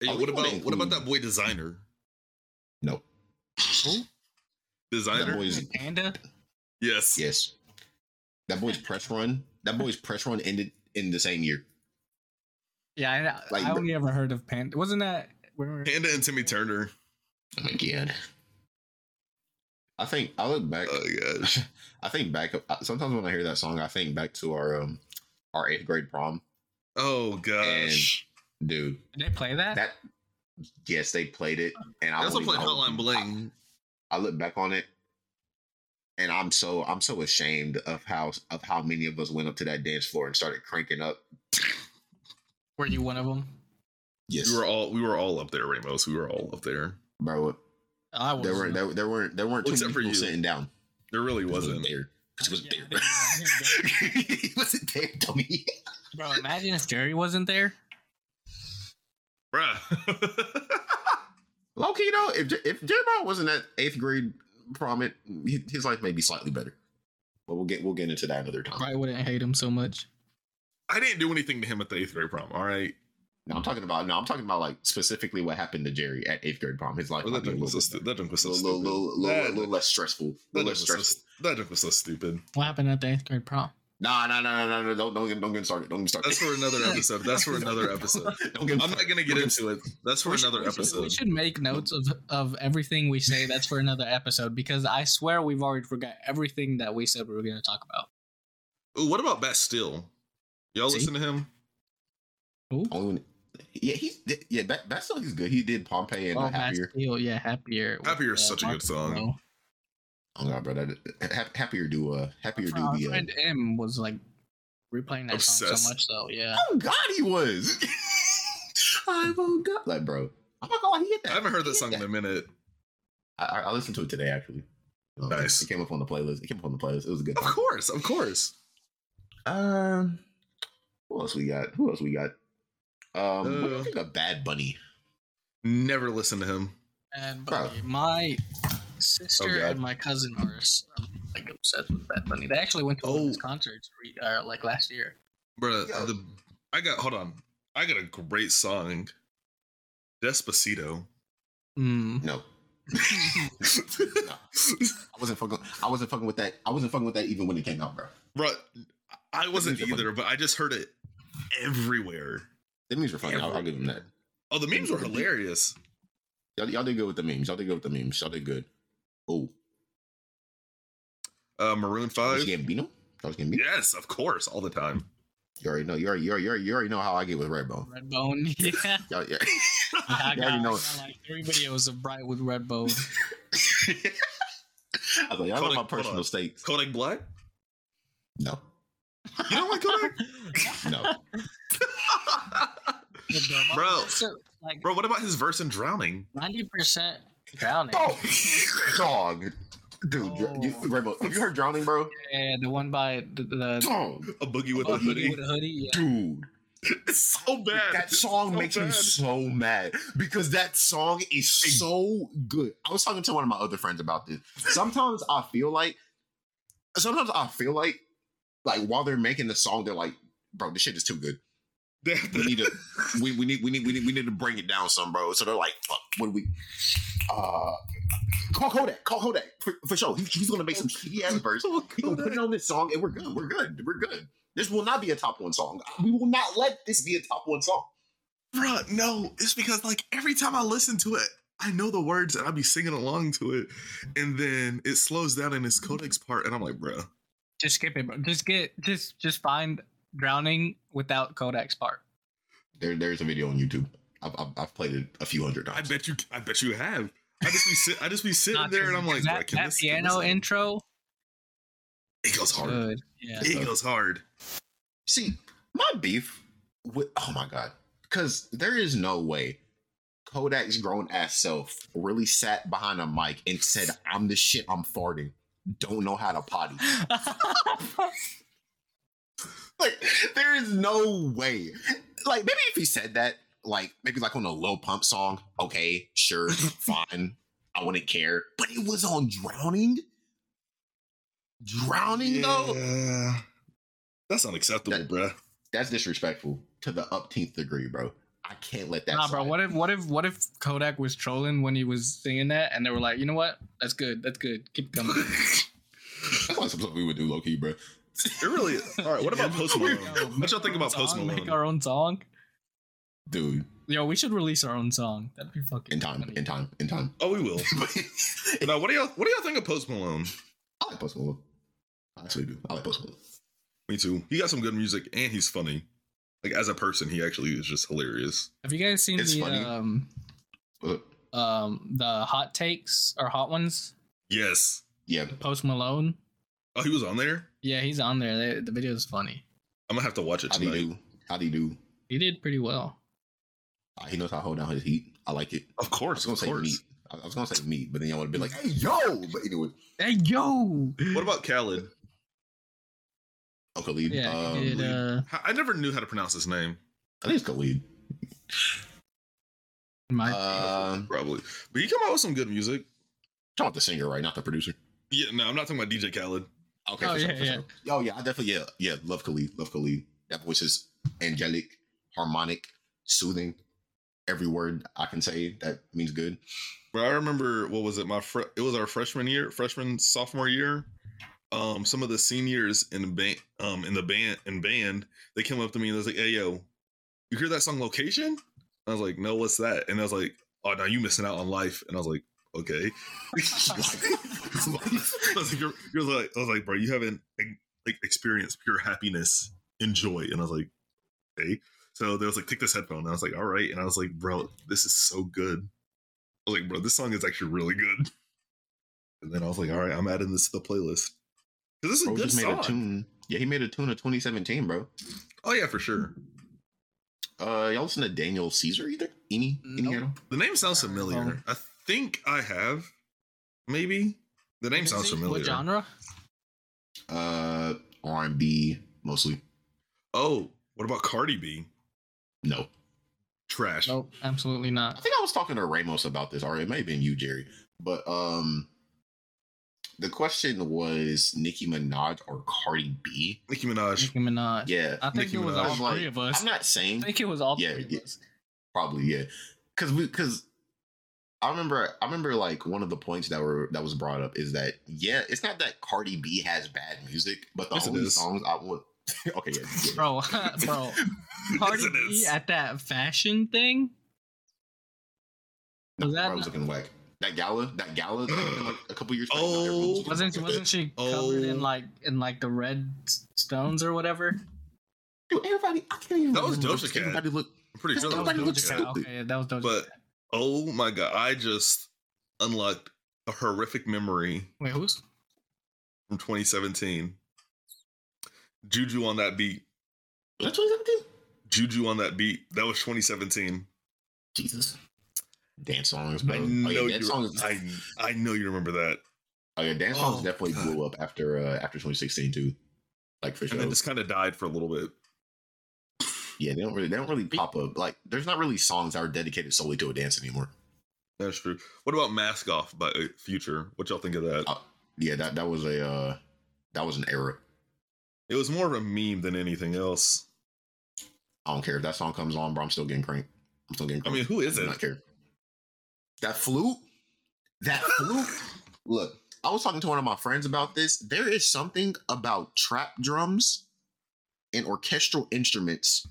Hey, Oh, we what wanna about what about include- that boy designer? no. That Designer? boy's Panda? yes. yes. That boy's press run. That boy's press run ended in the same year. Yeah, I, Like, I bro- only ever heard of Panda. Wasn't that when we were- Panda and Timmy Turner. Oh my god. I think I look back. Oh gosh. I think back. uh, Sometimes when I hear that song, I think back to our um our eighth grade prom, Oh gosh. dude. did they play that? That yes, they played it, and I They also won't played even hold- Hotline Bling. I look back on it, and I'm so I'm so ashamed of how of how many of us went up to that dance floor and started cranking up. Were you one of them? Yes, We were all we were all up there, Ramos. We were all up there. bro. I was. There weren't there, there weren't there weren't too Except many for people you. sitting down. There really It wasn't. there. It was Yeah, there. I didn't know. It wasn't there, dummy. Bro, imagine if Jerry wasn't there. Bruh. Low key though, if J- if Jeremiah wasn't at eighth grade prom, it, he- his life may be slightly better. But we'll get we'll get into that another time. Probably wouldn't hate him so much. I didn't do anything to him at the eighth grade prom, all right? No, I'm talking about no, I'm talking about like specifically what happened to Jerry at eighth grade prom. His life Well, might that be a joke was so little, stu- bit that joke was better. a so little, stupid. little, little, That- little less stressful. A little that joke less was so stressful. stu- that joke was so stupid. What happened at the eighth grade prom? Nah, nah, nah, nah, nah, nah. Don't, don't, get- don't get me started. Don't get me started. That's for another episode. That's for another episode. don't get me I'm started. not gonna get into it. That's for We should- another we should- We episode. should make notes of, of everything we say. That's for another episode because I swear we've already forgot everything that we said we were going to talk about. Ooh, what about Bastille? Y'all See? listen to him? Ooh. Only when- yeah, he's yeah. That that's still he's good. He did Pompeii and Oh, uh, Happier. Matt Steele, yeah, happier. with, Happier is uh, such a good Mark song. Monroe. Oh god, bro, that, Hap- Happier do uh Happier do Our be. Uh, friend M was like replaying that song Obsessed. so much, though. Yeah, oh god, he was. I'm oh god, like bro. I'm not gonna lie, he hit that. I haven't heard He that hit song in a minute. I, I I listened to it today actually. Um, Nice. It came up on the playlist. It came up on the playlist. It was a good Of time. course, of course. Um, who else we got? Who else we got? Um, what do you Uh, think of Bad Bunny? Never listen to him. and Bro. Bunny. my sister Oh, God. and my cousin are s- um, like obsessed with Bad Bunny. They actually went to one of his Oh. concerts re- uh, like last year. Bruh, Yo. the I got hold on. I got a great song. Despacito. Mm. No, I wasn't fucking. I wasn't fucking with that. I wasn't fucking with that even when it came out, bro. Bruh, I wasn't These are funny. either, but I just heard it everywhere. The memes were funny. I'll, I'll give them that. Oh, the memes were hilarious. Y'all, y'all did good with the memes. Y'all did good with the memes. Y'all did good. Oh, Uh Maroon Charles 5. Gambino. Charles Gambino. Yes, of course, all the time. You already know. You already, you already, you already, you already know how I get with Redbone. Redbone, yeah. Y'all, yeah. I You already got, know. I got, like three videos of Bright with Redbone. I was like, y'all know Hold my on, hold personal on. stakes. Kodak Black? No, You don't like Kodak? no. Bro. So, like Bro, what about his verse in Drowning? ninety percent drowning. Oh, dog, dude, dr- you, Oh. Redbone, have you heard Drowning, bro? Yeah, the one by the, the Dog, A boogie with a boogie hoodie. With a hoodie. Yeah. dude. It's so bad. That song So makes me bad. so mad because that song is so good. I was talking to one of my other friends about this. Sometimes I feel like, sometimes I feel like, like while they're making the song, they're like, "Bro, this shit is too good. They have We to- need to, we, we need, we need, we need, we need to bring it down, some bro." So they're like, "Fuck, what do we?" Uh, call Kodak, call Kodak for, for sure. He- he's gonna make some shitty ass verse. He gonna put it on this song, and we're good. We're good. We're good. This will not be a top one song. We will not let this be a top one song. Bruh, no, it's because like every time I listen to it, I know the words and I be singing along to it, and then it slows down in Mm-hmm. its codex part, and I'm like, bruh, Just skip it, bro. Just get just just find drowning without Kodak's part. There, there's a video on YouTube. I've, I've, I've played it a few hundred I times. bet you, I bet you have. I just be sit, I just be sitting Not there, and true, I'm like, because bruh, that, can that this, can piano this- intro. it goes hard, Good. Yeah. it goes hard. See, my beef with oh my god, because there is no way Kodak's grown ass self really sat behind a mic and said, "I'm the shit. I'm farting. Don't know how to potty." Like, there is no way. Like, maybe if he said that, like maybe like on a low pump song, okay, sure, fine, I wouldn't care. But it was on drowning. Drowning though. Yeah. that's unacceptable, That- bruh. that's disrespectful to the upteenth degree, bro. I can't let that. nah, bro. slide. What if what if what if Kodak was trolling when he was singing that, and they were like, you know what? That's good. That's good. Keep coming. That's not something we would do, low key, bro. It really. All right, what about Post Malone? Yo, What y'all think about song, Post Make Malone? our own song. Dude, Yo, we should release our own song. That'd be fucking in time, funny. in time, in time. Oh, we will. I Now, what do y'all, what do y'all think of Post Malone? like Post Malone. I actually do. I like Post Malone. Me too. He got some good music, and he's funny. Like as a person, he actually is just hilarious. Have you guys seen It's the funny. um But, um the hot takes or hot ones? Yes. yeah, Post Malone. Oh, he was on there. Yeah, he's on there. They, the video is funny. I'm gonna have to watch it how do you tonight. do? How do you do? He did pretty well. Uh, he knows how to hold down his heat. I like it. Of I was course, gonna of say meat. course. I I was gonna say meat, but then y'all would be like, "Hey, yo!" But anyway, Hey yo. What about Khaled? oh, Khalid. Yeah, um, he did, Khalid. uh, H- I never knew how to pronounce his name, I think it's Khalid. my Uh, probably. But he come out with some good music. talking about the singer, right? Not the producer. Yeah, no, I'm not talking about DJ Khaled. Okay, Oh, for sure, yeah, for yeah. sure. Oh yeah, I definitely yeah, yeah. Love Khalid, love Khalid. That voice is angelic, harmonic, soothing. Every word I can say that means good. But I remember what was it? My fr- it was our freshman year, freshman sophomore year. um some of the seniors in the band um in the band in band they came up to me and they was like hey yo you hear that song location i was like no what's that and i was like oh now you missing out on life and i was like okay i was like you're, you're like i was like bro you haven't like experienced pure happiness and joy and i was like okay so they was like take this headphone and i was like all right and i was like bro this is so good i was like bro this song is actually really good and then i was like all right i'm adding this to the playlist because this is a Bro good just made song a tune. Yeah, he made a tune of 2017, bro. oh yeah for sure Uh, y'all listen to Daniel Caesar either? Any? Any at all? The name sounds familiar. Um, I think I have. Maybe. The name Is sounds it- familiar. What genre? Uh, R and B mostly. Oh, what about Cardi B? No, Trash. Nope, absolutely I not. think I was talking to Ramos about this, or it may have been you, Jerry. But um, the question was Nicki Minaj or Cardi B? Nicki Minaj. Nicki Minaj. Yeah, I think Nicki it was Minaj. all I'm like, three of us. I'm not saying I think Uh, it was all Yeah, three of yeah. us. probably yeah, because we because. I remember, I remember, like one of the points that were that was brought up is that yeah, it's not that Cardi B has bad music, but the Yes, it only is. songs I want, okay, yeah, yeah. Bro, bro. Cardi Yes, it B is. at that fashion thing? No, Was that I was not- looking whack. That gala, that gala, that happened, like a couple years. back, Oh. everyone was looking Wasn't whack. wasn't she covered Oh. in like in like the red s- stones or whatever? Dude, everybody, I can't even. That was remember. Doja Cat. Everybody look. I'm pretty sure that was Everybody Doja looks Cat. stupid. Okay, that was Doja. But Cat. oh my god, I just unlocked a horrific memory wait, who's from 2017. Juju on that beat. Was that 2017? Juju on that beat. That was 2017. Jesus. Dance songs, bro. I Oh know yeah, you. dance songs. I, I know you remember that. Oh yeah, dance songs Oh, definitely God. blew up after uh, after 2016 too. Like for sure. And then just kind of died for a little bit. yeah, they don't really they don't really pop up. Like there's not really songs that are dedicated solely to a dance anymore. That's true. What about Mask Off by uh, Future? What y'all think of that? Uh, Yeah, that that was a uh, that was an era. It was more of a meme than anything else. I don't care if that song comes on, bro. I'm still getting cranked. I'm still getting I cranked. mean, who is I do it? not care. That flute, that flute. Look, I was talking to one of my friends about this. There is something about trap drums and orchestral instruments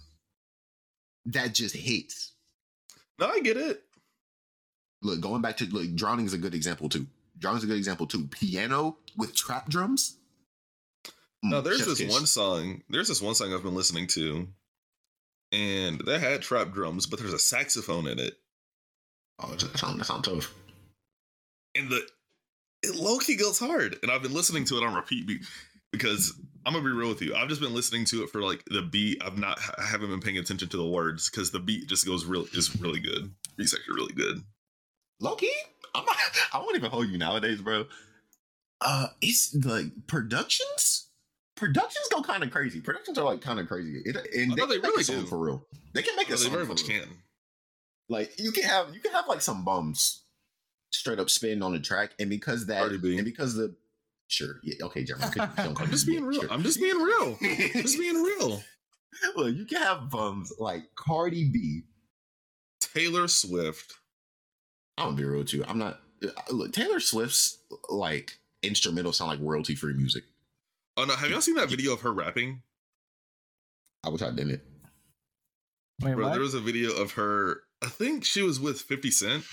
that just hits. No, I get it. Look, going back to look, drowning is a good example too. Drowning is a good example too. Piano with trap drums. Mm, No, there's chef's this kiss. one song. There's this one song I've been listening to, and that had trap drums, but there's a saxophone in it, Oh, that sounds that sound tough. and the it low key goes hard. And I've been listening to it on repeat be- because I'm gonna be real with you. I've just been listening to it for like the beat. I've not. I haven't been paying attention to the words because the beat just goes real. Is really good. It's actually really good. low key, I'm not, I won't even hold you nowadays, bro. Uh, it's like productions. Productions go kind of crazy. Productions are like kind of crazy, it, and I they, know they they really really song do. for real. They can make a No, they song very for much real. can. Like you can have you can have like some bums straight up spin on the track, and because that Cardi B. and because the sure yeah okay, Jeremy, I'm just being real. I'm just being real. Just being real. Look, you can have bums like Cardi B. Taylor Swift. I'm gonna be real too. I'm not. uh, Look, Taylor Swift's like instrumental sound like royalty free music. Oh no, have y'all seen that video of her rapping? I wish I didn't. wait Bro, what? there was a video of her. I think she was with 50 Cent,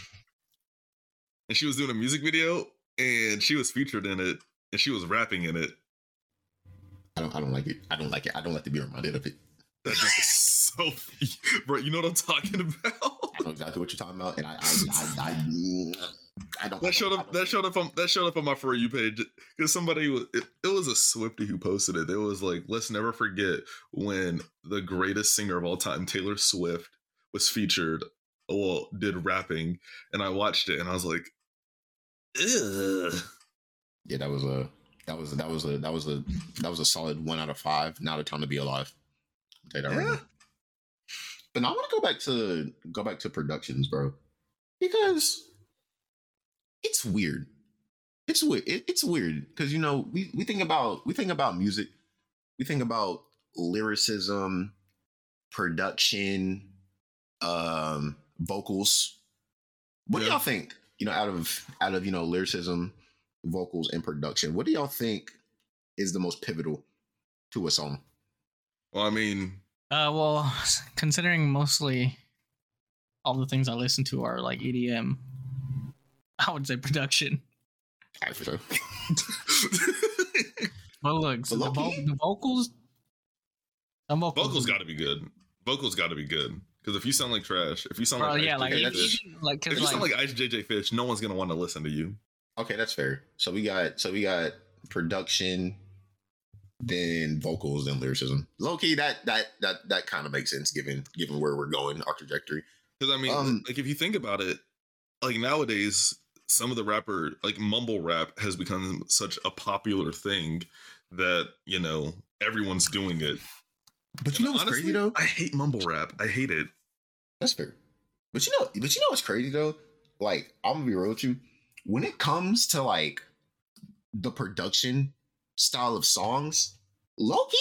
and she was doing a music video, and she was featured in it, and she was rapping in it. I don't. I don't like it. I don't like it. I don't like to be reminded of it. That just is so, bro. You know what I'm talking about? I know exactly what you're talking about, and I. I. I. I, I don't. That showed I up. That showed up on. That showed up on my for you page because somebody. was- It, it was a Swifty who posted it. It was like, let's never forget when the greatest singer of all time, Taylor Swift, was featured. Well, did rapping, and I watched it, and I was like, ugh. Yeah, that was a. That was that was a that was a that was a solid one out of five. Not a time to be alive. I'll tell you that right Yeah. now. But now I want to go back to go back to productions, bro, because it's weird. It's weird. It, it's weird because you know we we think about we think about music, we think about lyricism, production, um, vocals. What do Yeah. y'all think? You know, out of out of you know lyricism, vocals, and production, what do y'all think is the most pivotal to a song? Well, I mean, Uh, well, considering mostly all the things I listen to are like EDM, I would say production. I think so. But look, so the, vo- Low-key? the vocals, some Oh, vocals, vocals got to be good. Vocals got to be good. Because if you sound like trash, if you sound Bro, like yeah, Ice like JJ even, that's- Fish, even, like if because you sound like, like Ice JJ Fish, no one's gonna want to listen to you. Okay, that's fair. So we got so we got production, then vocals, then lyricism. Low key, that that that that kind of makes sense given given where we're going, our trajectory. Because I mean, Um, like if you think about it, like nowadays, some of the rapper like mumble rap has become such a popular thing that you know everyone's doing it. But you know And what's crazy though? I hate mumble rap. I hate it. That's fair. But you know, but you know what's crazy though? Like, I'm gonna be real with you. When it comes to like the production style of songs, Loki.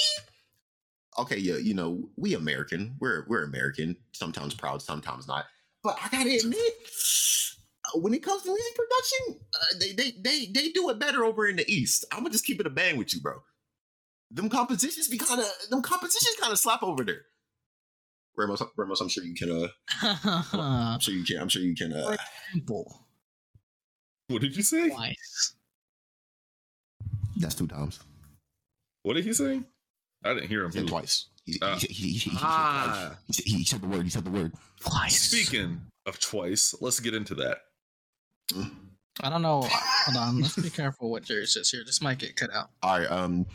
Okay, yeah, you know, we American. We're we're American. Sometimes proud, sometimes not. But I gotta admit, when it comes to music production, uh, they they they they do it better over in the East. I'm gonna just keep it a bang with you, bro. Them compositions be kind of them compositions kind of slap over there. Ramos, Ramos, I'm sure you can uh, I'm sure you can. I'm sure you can. Uh, simple, What did you say? twice. That's two times What did he say? I didn't hear him. and He- twice. He, Ah. he, he, he, he, Ah. he, said twice. he, he said the word. He said the word. Twice. Speaking of twice, let's get into that. Mm. I don't know. Hold on. Let's be careful what Jerry says here. This might get cut out. All right. Um.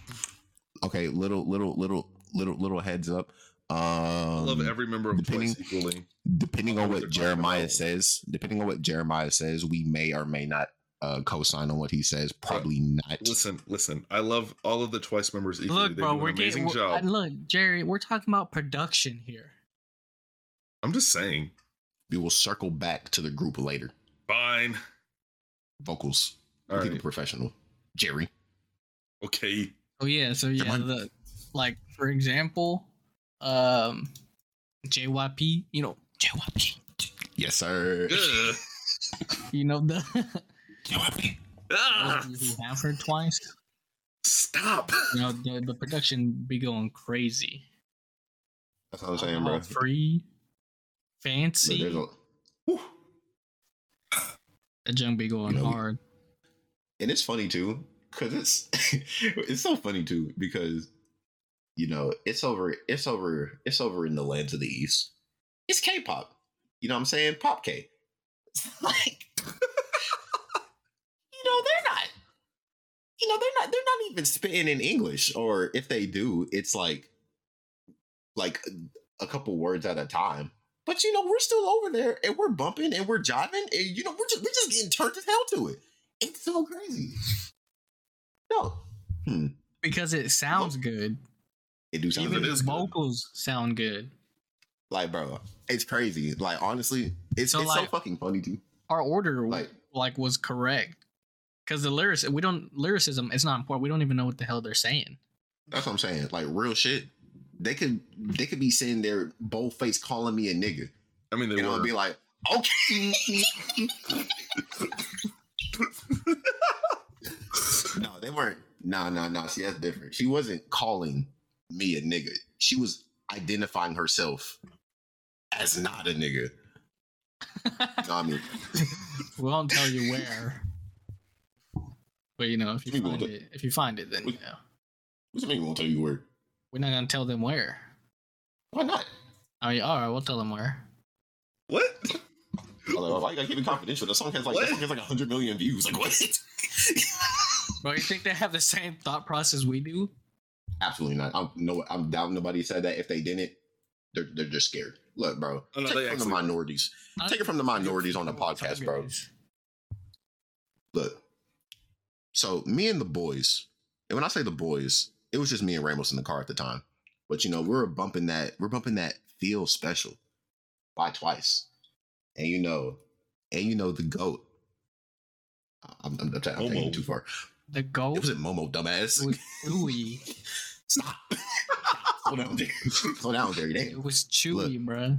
Okay. Little, little, little, little, little heads up. Um, I love every member of depending- twice equally. depending on What what they're talking Jeremiah about. says, depending on what Jeremiah says, we may or may not uh, co-sign on what he says. Probably not. Listen, listen. I love all of the twice members equally. Look, they bro, do we're an amazing getting. We're, job. and look, Jerry, we're talking about production here. I'm just saying. We will circle back to the group later. Fine. Vocals. All We'll keep right. it professional. Jerry. Okay. Oh yeah, so yeah, Jermaine. the, like for example, um, JYP, you know JYP, Yes, sir. Ugh. you know the JYP. Ah. you have heard twice. Stop. You know the, the production be going crazy. That's what I'm saying, bro. All Free, fancy, There's a- Whew. the junk be going You know, we- hard. and it's funny too because it's it's so funny too because you know it's over it's over it's over in the lands of the east it's k-pop you know what i'm saying pop k like you know they're not you know they're not they're not even spitting in english or if they do it's like like a couple words at a time but you know we're still over there and we're bumping and we're jiving and you know we're just we're just getting turned as hell to it it's so crazy. No, Because it sounds good. it do sound Even it good. the is good. vocals sound good. like, bro, it's crazy. Like, honestly, it's So, it's like- so fucking funny too. Our order w- Like, like, was correct. Cause the lyrics we don't lyricism it's not important. We don't even know what the hell they're saying. that's what I'm saying. Like, real shit. They could they could be sitting there bold face calling me a nigga, I mean, they and I'll were. be like, okay. no, they weren't. No, no, no. See, that's different. She wasn't calling me a nigga. She was identifying herself as not a nigga. No, I mean, we won't tell you where. But you know, if We you will find do- it, if you find it, then you We- know What do you mean we won't tell you where? we're not gonna tell them where. Why not? I mean, all right, we'll tell them where. what? Although, why you gotta keep it confidential? That song has like What? that song has like hundred million views. Like what? Bro, you think they have the same thought process we do? Absolutely not. I'm no. I'm doubting nobody said that. If they didn't, they're they're just scared. Look, bro. Oh, no, take they it from actually- the minorities. I- Take it from the minorities on the podcast, bro. Look. So me and the boys, and when I say the boys, it was just me and Ramos in the car at the time. But you know, we were bumping that. We're bumping that feel special by twice, and you know, and you know the goat. I'm, I'm, I'm, ta- I'm taking Momo. it too far. The It goat was at Momo, dumbass. was chewy. Stop. Slow down, Jerry. Slow down, Jerry. It Damn. was chewy, bro.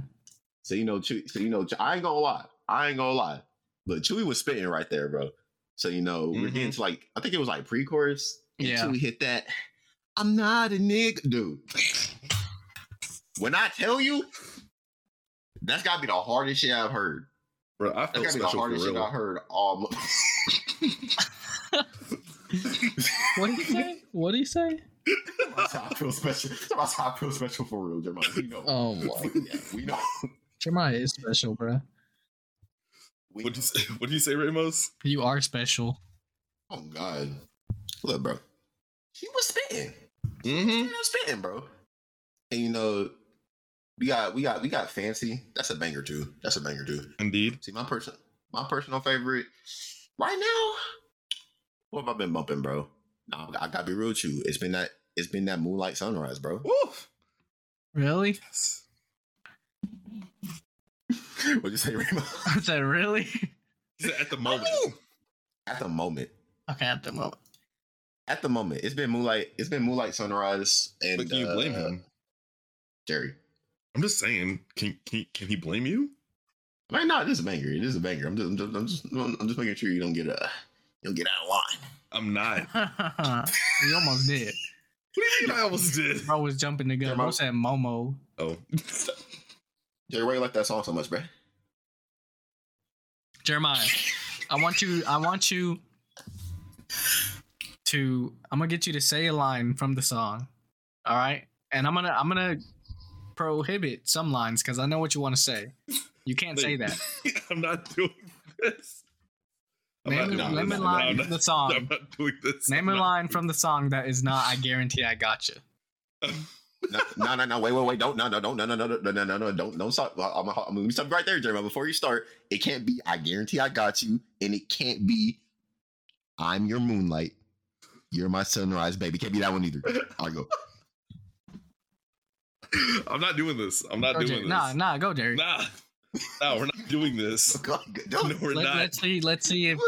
So you know, Chewy, so you know, I ain't gonna lie. I ain't gonna lie. But Chewy was spitting right there, bro. So you know, we're Mhm. getting to like I think it was like pre-chorus, Until Yeah. we hit that, I'm not a nigga, dude. when I tell you, that's gotta be the hardest shit I've heard. Bro, I That's felt gotta be the special for hardest shit I real. heard all. mo- What do you say? What do you say? That's how I feel special. That's how I feel special for real, Jeremiah. We know. Oh my. we know. Jeremiah is special, bro. We What do you say? What do you say, Ramos? You are special. Oh God. Look, bro. He was spitting. Mm-hmm. He was spitting, bro. And you know, we got we got we got fancy. That's a banger too. That's a banger too. Indeed. See, my person my personal favorite right now. What have I been bumping, bro? Nah, I gotta be real with you. It's been that it's been that moonlight sunrise, bro. Woof. Really? Yes. What'd you say, Rainbow? I said really? He said At the moment, At the moment. Okay, at the moment. At the moment. It's been moonlight, it's been moonlight sunrise and but can you uh, blame him? Jerry. I'm just saying, can can he, can he blame you? Right now, this is a banger. This is a banger. I'm just, I'm just, I'm just, I'm just making sure you don't get uh you don't get out of line. I'm not. What you almost did. do you mean I almost did? Bro was jumping the gun. Jeremiah- Bro said Momo. Oh, Jerry, why you like that song so much, bro? Jeremiah, I want you. I want you to. I'm gonna get you to say a line from the song. All right, and I'm gonna. I'm gonna prohibit some lines because I know what you want to say. You can't say that. I'm not doing this. I'm Name, not doing no, name this. no, a no, line I'm from the not, song. I'm not doing this. Name a I'm not line doing from the song that is not. I guarantee I got you. No, no, no, no, wait, wait, wait, don't, no, no, don't, no, no, no, no, no, no, no, don't, don't stop. I- I'm, I'm gonna stop right there, Jeremiah. Before you start, it can't be. I guarantee I got you, and it can't be. I'm your moonlight. You're my sunrise, baby. Can't be that one either. I go. this. I'm not doing this. I'm not Go, doing Jerry. this. Nah, nah, go, Jerry. nah, nah. We're not doing this. God, No, don't. we're Let, not. us see. Let's see if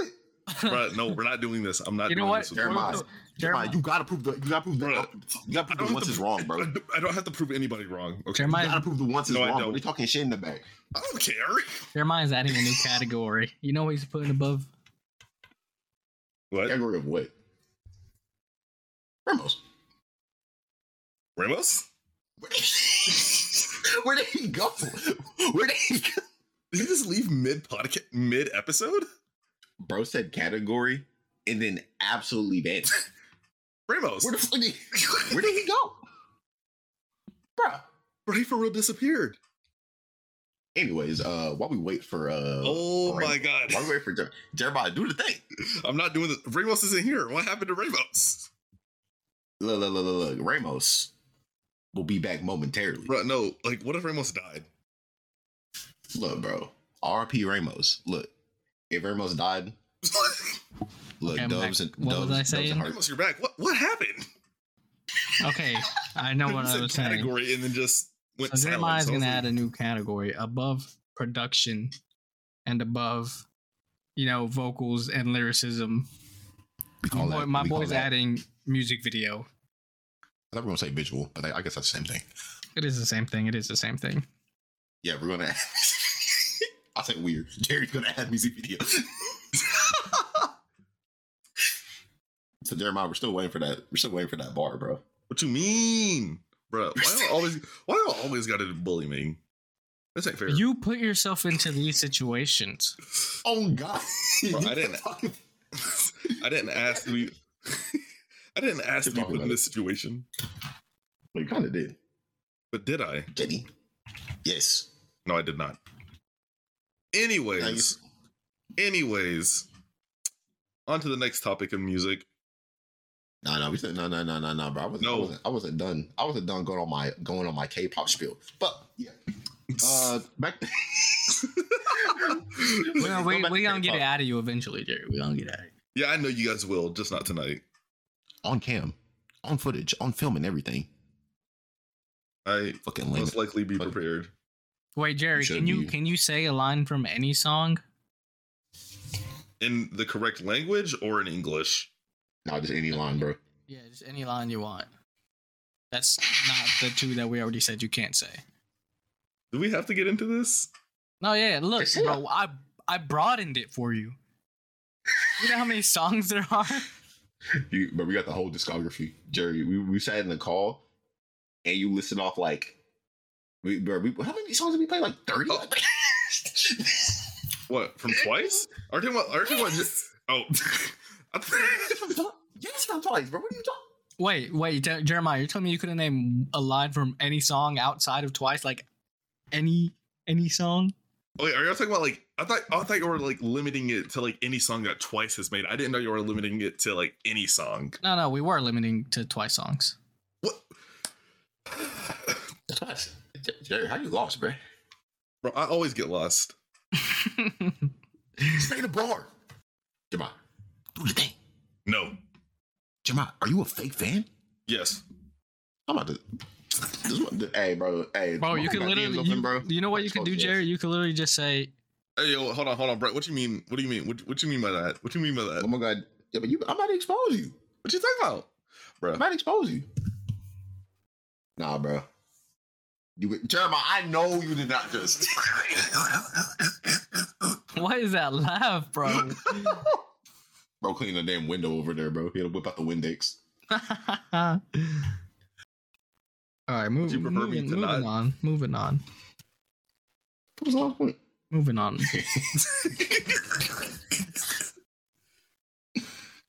Bruh, no, we're not doing this. I'm not. you know doing what. This with you. Jeremiah, Jeremiah, Jeremiah, you gotta prove the, you gotta prove the, you gotta I prove don't the have once to- is wrong, bro. I You don't- I don't have to prove anybody wrong. Okay. Jeremiah- gotta prove the once is No, I wrong. don't. We're talking shit in the back. I don't care. Jeremiah's adding a new category. You know what he's putting above What? Category of what? Ramos. Ramos? Where did, where did he go? Where did he go? Did he just leave mid podcast, mid episode? Bro said category and then absolutely danced. Ramos, Where the fuck did he, where did he go? Bro. bro, he for real disappeared. Anyways, uh while we wait for uh Oh Ramos- my god, while we wait for Jer- Jeremiah, do the thing. I'm not doing this. Ramos isn't here. What happened to Ramos? Look, look, look, look, look. Ramos will be back momentarily. Bro, no, like what if Ramos died? Look, bro. RP Ramos. Look. If Ramos died, look, Okay, I'm doves back. and What was doves, doves I and saying? hearts. Ramos, you're back. What what happened? Okay, I know what He I said was saying. category and then just went So silent. Jeremiah's So I was gonna like, add a new category above production and above, you know, vocals and lyricism. We My call boy- that- my we call boy's that- adding music video. I thought we were gonna say visual, but I, I guess that's the same thing. It is the same thing. It is the same thing. Yeah, we're gonna. I say weird. Jerry's gonna add music video. so Jeremiah, we're still waiting for that. We're still waiting for that bar, bro. What you mean? Bro, why y'all always why y'all always gotta bully me? This ain't fair. You put yourself into these situations. Oh God! Bro, I didn't- I didn't ask to be I didn't ask to be put in this situation. We kind of did, But did I? Jenny. Yes. No, I did not. Now you- Anyways, anyways, on to the next topic of music. No, no, we said no, no, no, no, no, bro. I wasn't, I No. wasn't, I wasn't done. I wasn't done going on my going on my K-pop spiel. But yeah, uh, back. We're gonna, we, Going back we to gonna get it K-pop. out of you eventually, Jerry. We're gonna get it out of you. yeah, I know you guys will, just not tonight. on cam, on footage, on film, and everything. I Fucking lame. most likely be But- prepared. Wait, Jerry, should can you be. can you say a line from any song? In the correct language or in English? No, just any line, bro. Yeah, just any line you want. That's not the two that we already said you can't say. Do we have to get into this? No, yeah, yeah, look, Just say bro, I I broadened it for you. You know how many songs there are? You, but we got the whole discography, Jerry. We we sat in the call, and you listed off like, we, bro, we how many songs did we play? Like thirty. Oh. What from twice? Are you talking about? Are you talking about? Just, oh, I th- yes, from twice, bro. What are you talking? Wait, wait, Jer- Jeremiah, you're telling me you couldn't name a line from any song outside of Twice, like any any song? wait, are y'all talking about like? I thought oh, I thought you were like limiting it to like any song that Twice has made. I didn't know you were limiting it to like any song. No, no, we were limiting to Twice songs. What, Twice, Jerry. How you lost, bro? bro? I always get lost. Stay the bar, Jamal. Do the thing, No. Jamal. Are you a fake fan? Yes. I'm about to. This one- hey, bro. Hey, bro, you my could DMs literally, open, you, bro. you know what you could Exposed yes. do, Jerry? You could literally just say, Hey, yo, hold on, hold on, Brett. What do you mean? What do you mean? What, what do you mean by that? What do you mean by Oh that? my god. Yeah, but you, I'm about to expose you. What you talking about, bro? I might expose you. Nah, bro. You, Jeremiah, I know you did not just. "What is that laugh, bro?" bro, clean the damn window over there, bro. He'll whip out the Windex. All right, move, you prefer me moving, to moving not? on, moving on, What was the last point? moving on.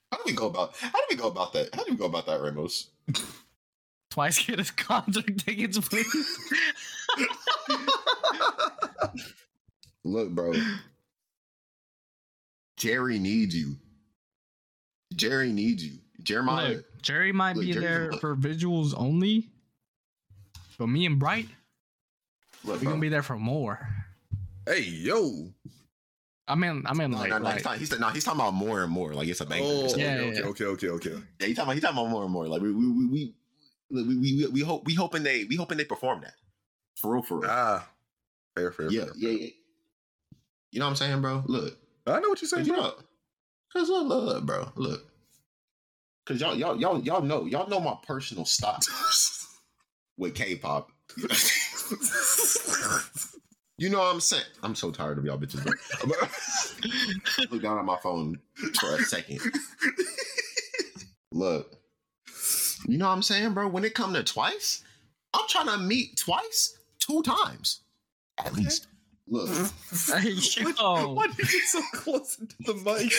How do we go about? How do we go about that? How do we go about that, Ramos? Twice get his concert tickets, please. Look, bro. Jerry needs you. Jerry needs you. Jeremiah. Look, Jerry might Look, be Jerry's there a- for visuals only, but me and Bright, Look, we're bro. gonna be there for more. hey, yo. I mean, I mean, No, like, no, no, like- he's, talking, he's, no, he's talking about more and more. Like it's a banger. Oh, It's a- Yeah, okay, yeah, okay, okay, okay, okay. Yeah, he talking about he talking about more and more. Like we we we we look, we, we, we hope we hoping they we hoping they perform that for real for real. Ah, fair, fair. yeah, fair. yeah, yeah. You know what I'm saying, bro? Look, I know what cause you're saying, you bro. know, cause look, look, look, bro, look, cause y'all y'all y'all y'all know y'all know my personal stop with K-pop. You know what I'm saying? I'm so tired of y'all bitches. Bro. look down at my phone for a second. Look, you know what I'm saying, bro? When it come to twice, I'm trying to meet twice, two times, at least. Look, Hey, yo. Why did you get so close to the mic?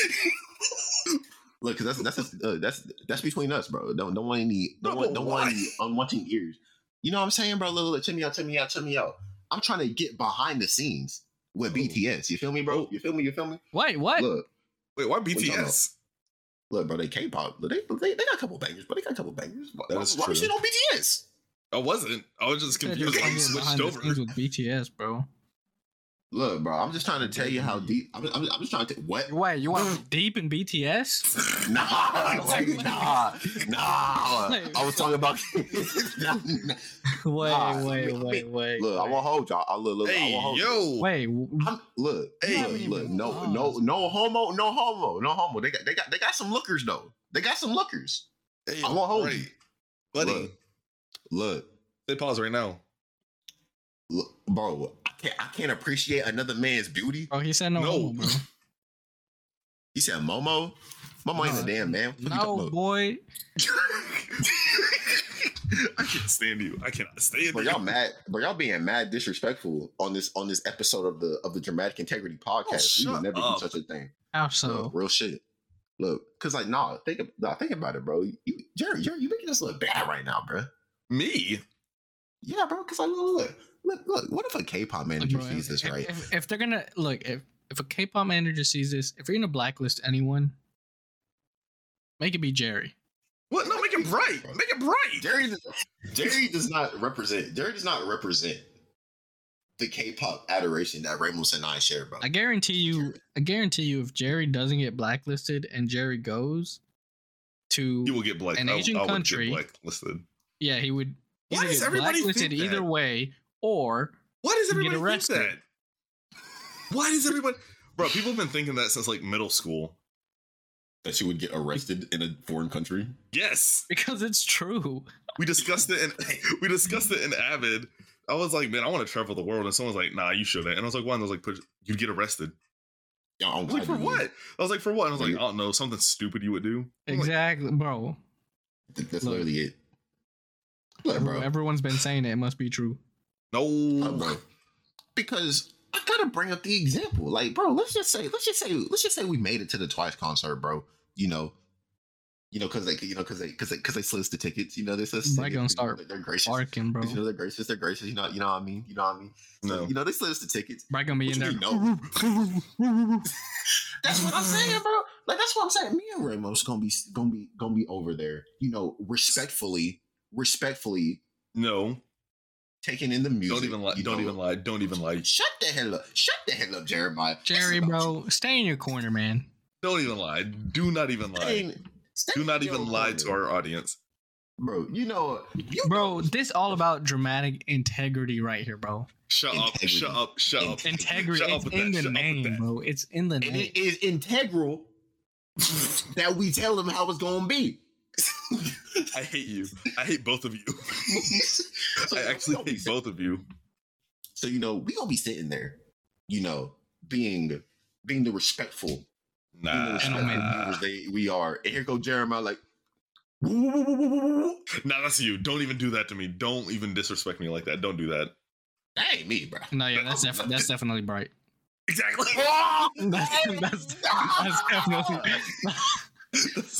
look, cause that's that's uh, that's that's between us, bro. Don't don't want any don't No, want but don't want why? any unwanted ears. You know what I'm saying, bro? Look, look, look, check me out, check me out, check me out. I'm trying to get behind the scenes with Oh. BTS. You feel me, bro? Oh. You feel me? You feel me? wait, what? Look, Wait, why you talking BTS? look, bro. They K-pop. They, they they got a couple bangers, but they got a couple bangers. Why, That why, is why we true. shit on BTS? I wasn't. I was just Said confused. you're I playing switched behind the over. scenes with BTS, bro. Look, bro. I'm just trying to tell you Mm-hmm. how deep. I'm, I'm, I'm just trying to what. Wait, you want to be deep in BTS? Nah, like, nah, nah. Like- I was talking about. Nah, nah. Wait, Nah, I wait, mean- I wait, mean, wait. Look, I wait. won't hold y'all. I look, look, I Hey, won't hold. y'all. yo. Wait, w- I'm, look, hey, Hey, you look, haven't no, even no, paused. no homo, no homo, no homo. They got, they got, they got some lookers though. They got some lookers. Hey, I won't hold right. you. Buddy, Look, look, they pause right now. look, bro. I can't, I can't appreciate another man's beauty. bro, Oh, he said no, No. homo, bro. He said, "Momo, Momo ain't No. a damn man." What you talking No, about? boy. I can't stand you. I cannot stand But you. y'all mad, but y'all being mad disrespectful on this on this episode of the of the dramatic integrity podcast. we shut would never up. do such a thing. How Look, so? real shit. Look, cause like nah, think ab- nah, think about it, bro. You, Jerry, Jerry, you making us look bad right now, bro. Me? Yeah, bro. Cause like look, look, look, look. What if a K-pop Look, manager bro, sees this, if, right? if, if they're gonna look, if if a K-pop manager sees this, if you're gonna blacklist anyone, make it be Jerry. What? No, make it bright. Make it bright. Jerry, does- Jerry does not represent. Jerry does not represent the K-pop adoration that Ramos and I share, bro. I guarantee you. I guarantee you, if Jerry doesn't get blacklisted and Jerry goes to, You will get black. An I- Asian I would get country- blacklisted. yeah, he would Why either does get everybody think blacklisted that? either way, or Why does You everybody get think arrested. that? Why does everybody? Bro, people have been thinking that since like middle school. That she would get arrested in a foreign country. Yes, because it's true. Oh we discussed it, and we discussed it in Avid. I was like, man, I want to travel the world, and someone's like, nah, you shouldn't. And I was like, why? And I was like, "But you'd get arrested. I I was like, for what? I was like, for what? I was like, I don't know, something stupid you would do. I'm like, Exactly, bro. That- That's Look. literally it. Look, Every- bro. Everyone's been saying it. It must be true. Look, no. bro. Because I gotta bring up the example. Like, bro, let's just say, let's just say, let's just say we made it to the Twice concert, bro. You know, you know, because they, you know, because they, because they, because they slid us the tickets. You know, this is They gonna start They're gracious. Barking, bro. You know, they're gracious. They're gracious. You know, you know what I mean. You know what I mean. No. You know, they slid us the tickets. Bro, gonna be What in you there. mean, That's what I'm saying, bro. Like that's what I'm saying. Me and Ramos gonna be gonna be gonna be over there. You know, respectfully, respectfully No. taking in the music. Don't even lie. you Don't know? even lie. Don't even lie. Shut the hell up. Shut the hell up, Jeremiah. This Jerry, is about bro, stay in your corner, man. Don't even lie. Do not even you. lie. Dang, stay Do not in your even lie to corner. our audience. bro. You know, you know- Bro, this all about dramatic integrity right here, bro. Shut up. Integrity. Shut up. Shut up. Integrity. Shut up It's with in that. the Shut up with name, that. bro. It's in the and name. it is integral that we tell them how it's gonna be. I hate you. I hate both of you. So, I you know, we actually gonna be hate both of you. So you know, we gonna be sitting there, you know, being being the respectful, being the Nah. respectful Nah, viewers they, we are. And here go Jeremiah, like, "Woo, woo, woo, woo, woo, woo." that's you. Don't even do that to me. Don't even disrespect me like that. Don't do that. that ain't me, bro. no, yeah, that's def- that's definitely bright. Exactly. That's, that's, that's definitely.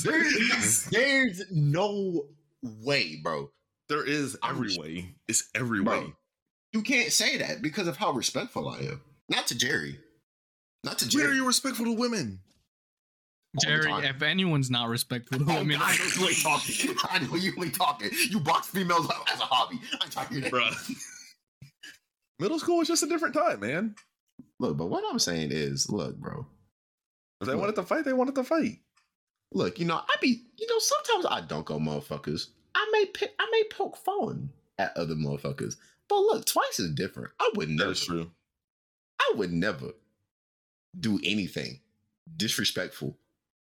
there's, there's no way, bro. There is every way. It's every Bro. way. You can't say that because of how respectful I am. Not to Jerry. Not to Where are Jerry. you respectful to women? the Jerry, time. if anyone's not respectful, I Oh, mean, God, I know you ain't talking. I know you ain't talking. You box females out as a hobby. I'm talking that. Bruh. Middle school was just a different time, man. Look, but what I'm saying is, look, bro. If they wanted to fight, they wanted to fight. Look, you know, I be, you know, sometimes I dunk on motherfuckers. I may, pi- I may poke fun at other motherfuckers. But look, twice is different. I would That never. is true. I would never do anything disrespectful,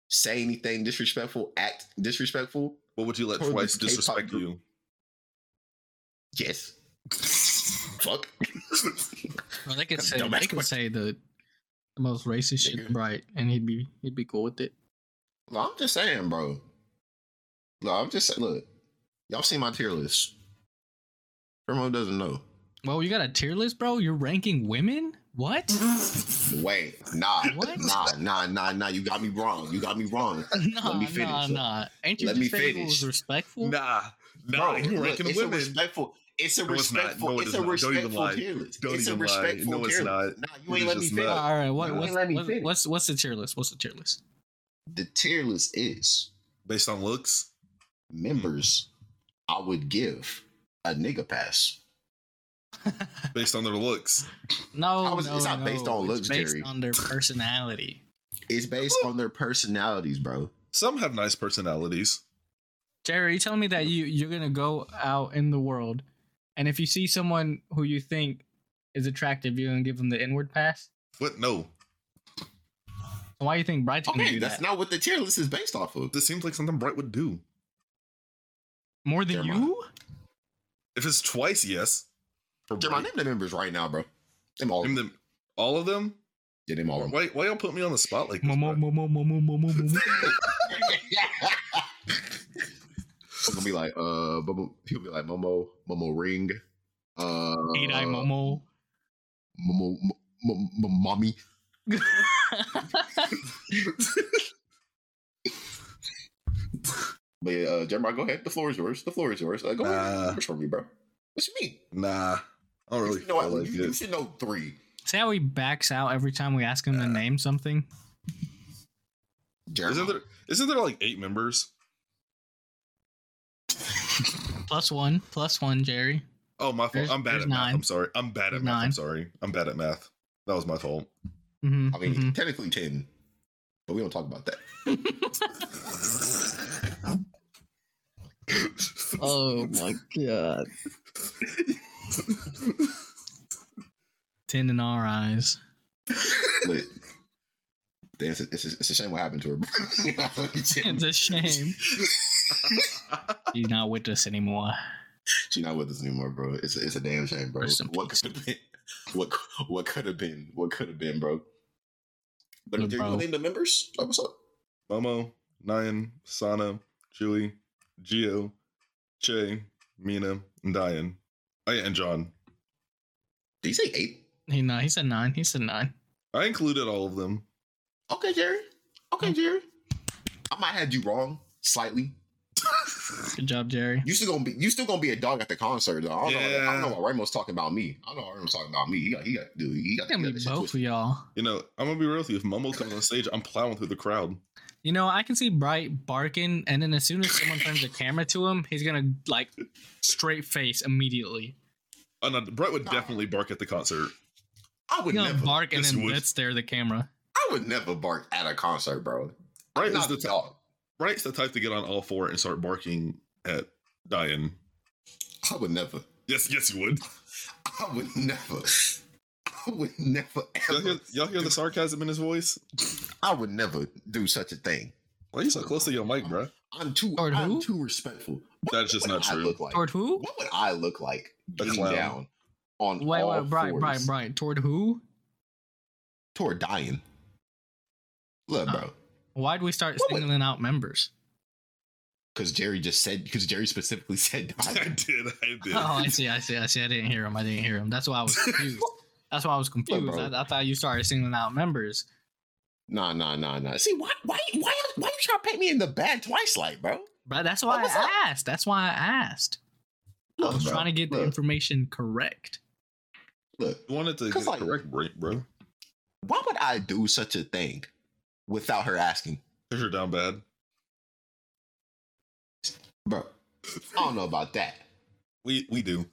say anything disrespectful, act disrespectful. What would you let Or twice this K-pop disrespect group. you? Yes. Fuck. well, they could say Dumbass they could question. say the, the most racist shit, Nigga. to bright, and he'd be he'd be cool with it. Look, I'm just saying, bro. Look, I'm just saying, look, y'all seen my tier list. Everyone doesn't know. Well, you got a tier list, bro. You're ranking women. What? Wait, nah, What? nah, nah, nah, nah. You got me wrong. You got me wrong. nah, me finish. nah, nah. Ain't you Let me just saying it finish. was respectful? Nah. Nah. Bro, you're look, ranking it's a women. respectful. It's a No, it's not. respectful. No, it it's is a not. Don't even respectful lie. tier list. Don't it's a even lie. respectful No, it's tier not. list. Nah, you It ain't is let me just finish. not. All right, what, You what's, ain't let me what- finish. what's what's the tier list? What's the tier list? The tier list is Based on looks? members. I would give a nigga pass. Based on their looks. No, How is- no, it's not no. based on It's looks, based Jerry. on their personality. It's based on their personalities, bro. Some have nice personalities. Jerry, you telling me that you you're gonna go out in the world, and if you see someone who you think is attractive, you're gonna give them the inward pass? What? No. So why you think Bright's gonna Okay, do that's that not what the tier list is based off of. This seems like something Bright would do. more than Jeremiah. you? If it's twice, yes. For Jeremiah, Bright. name the members right now, bro. Them all. Name them- all of them? Yeah, them all. of them. Why, why y'all put me on the spot like this? Mo- mo- bro? mo- mo- mo- mo- mo- mo- mo. I'm gonna be like, uh, Momo, he'll be like Momo, Momo Ring, uh, Eight eye Momo, Momo. Momo, Momo, Mommy. But yeah, uh, Jeremiah, go ahead. The floor is yours. The floor is yours. Uh, go Nah. ahead. First from you, bro. What you mean? Nah. I don't You really should know, feel like you, you it. should know three. See how he backs out every time we ask him to name something? Jeremiah. Isn't there, isn't there like eight members? Plus one, plus one, Jerry. Oh, my fault. There's- I'm bad there's at math. nine. I'm sorry. I'm bad at There's math. nine. I'm sorry. I'm bad at math. That was my fault. hmm I mean, technically ten, but we don't talk about that. Oh my god. Ten in our eyes. But it's, it's, it's a shame what happened to her. bro. It's a shame. He's not with us anymore. She's not with us anymore, bro. It's a, it's a damn shame, bro. Rest in What peace. could have been? What what could have been? What could have been, bro? But if No, you're gonna bro. name the members, like, what's up? Momo, Nyan, Sana, Julie, Gio, Che, Mina, and Diane. Oh yeah, and John. Did you say eight? He no, he said nine. He said nine. I included all of them. Okay, Jerry. Okay, Mm-hmm. Jerry. I might have you wrong slightly. Good job, Jerry. You still gonna be you still gonna be a dog at the concert though. I don't, know, I Yeah. don't know why Ramo's talking about me. I don't know why Ramo's talking about me. He got he got dude. He got, It's gonna he got be that shit both twisted. of y'all. You know, I'm gonna be real with you. If Momo comes on stage, I'm plowing through the crowd. You know, I can see Bright barking, and then as soon as someone turns the camera to him, he's gonna like straight face immediately. Oh, no, Brett would definitely bark at the concert. I He's would gonna never bark and Yes, then he would. let's stare the camera. I would never bark at a concert, bro. Brett is Not the the t- dog. Brett's the type to get on all four and start barking at Diane. I would never. Yes, yes, you would. I would never. I would never Y'all hear, ever. y'all hear the sarcasm in his voice? I would never do such a thing. Why are you so close to your mic, bro? I'm too. Toward I'm who? too respectful. That's just What not would I true. Look like? Toward who? What would I look like getting clown. down on Wait, all wait, Bright, fours Bright, Bright. Toward who? toward dying? Look, Uh. bro. Why'd we start What would- singling out members? Because Jerry just said. Because Jerry specifically said I dying. did. I did. Oh, I see, I see, I see. I didn't hear him. I didn't hear him. That's why I was confused. That's why I was confused. bro. I, I thought you started singling out members. Nah, nah, nah, nah. See, why, why, why, why you trying to paint me in the bad twice, like, bro? But that's why What's I up? asked. That's why I asked. I Look, was bro, trying to get the look, information correct. Look, You wanted to 'Cause, get it like- correct, bro. bro. why would I do such a thing without her asking, Because you're down bad. bro? I don't know about that. We we do.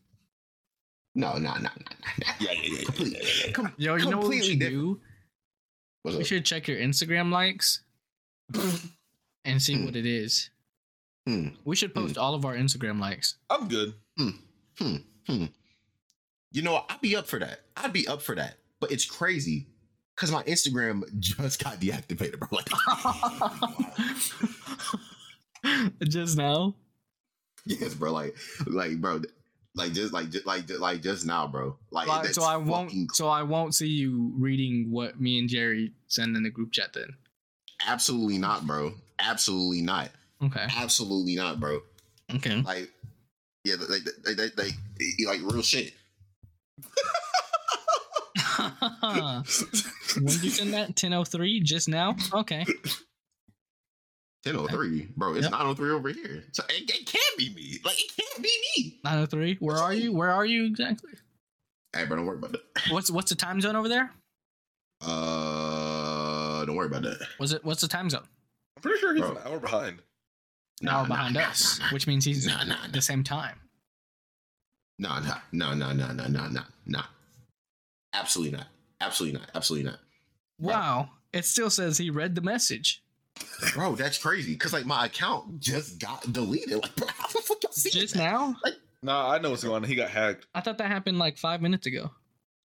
No, no, no, no, no. Yeah, yeah, yeah, yeah, Completely. yeah, yeah, yeah. Com- Yo, you know what we completely should different. do? What's You up? should check your Instagram likes and see Hmm. what it is. Hmm. We should post all of our Instagram likes. I'm good. You know, I'd be up for that. I'd be up for that. But it's crazy because my Instagram just got deactivated, bro. Like, Just now? yes, bro. Like, like, bro. Like just like just like just, like just now, bro. Like Like, that's so I won't fucking so I won't see you reading what me and Jerry send in the group chat then. absolutely not, bro. Absolutely not. Okay. Absolutely not, bro. Okay. Like, yeah, like like like, like, like real shit. when did you send that? 1003 just now? Okay. Ten oh three, bro. It's Yep. nine oh three over here. So it, it can't be me. Like it can't be me. 903. Where are you? Where are you exactly? Hey, bro, don't worry about that. What's what's the time zone over there? Uh, don't worry about that. Was it what's the time zone? I'm pretty sure he's Bro. an hour behind. An hour behind nah, us, which means he's Nah, nah, the same time. nah, nah, nah, nah, nah, nah, nah, nah, nah. Absolutely not. Absolutely not. Absolutely not. Wow. It still says he read the message. Bro, that's crazy. Cause like my account just got deleted. Like, bro, how the fuck y'all see Just that? now? Nah, I know what's going on. He got hacked. I thought that happened like five minutes ago.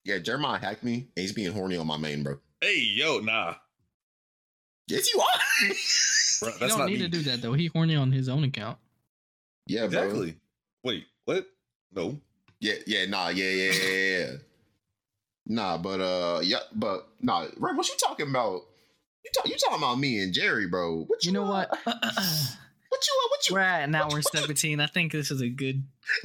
Yeah, Jeremiah hacked me. And he's being horny on my main, bro. Hey, yo, nah. Yes, you are. Bro, You that's don't not need me. to do that though. He horny on his own account. yeah, bro. Exactly. Wait, what? No. Yeah, yeah, nah, yeah, yeah, yeah, yeah. nah, but uh, yeah, but nah, Ray, what you talking about? You talk, you talking about me and Jerry, bro? What You know what? uh, What you? uh, What you? We're at an hour and 17. I think this is a good.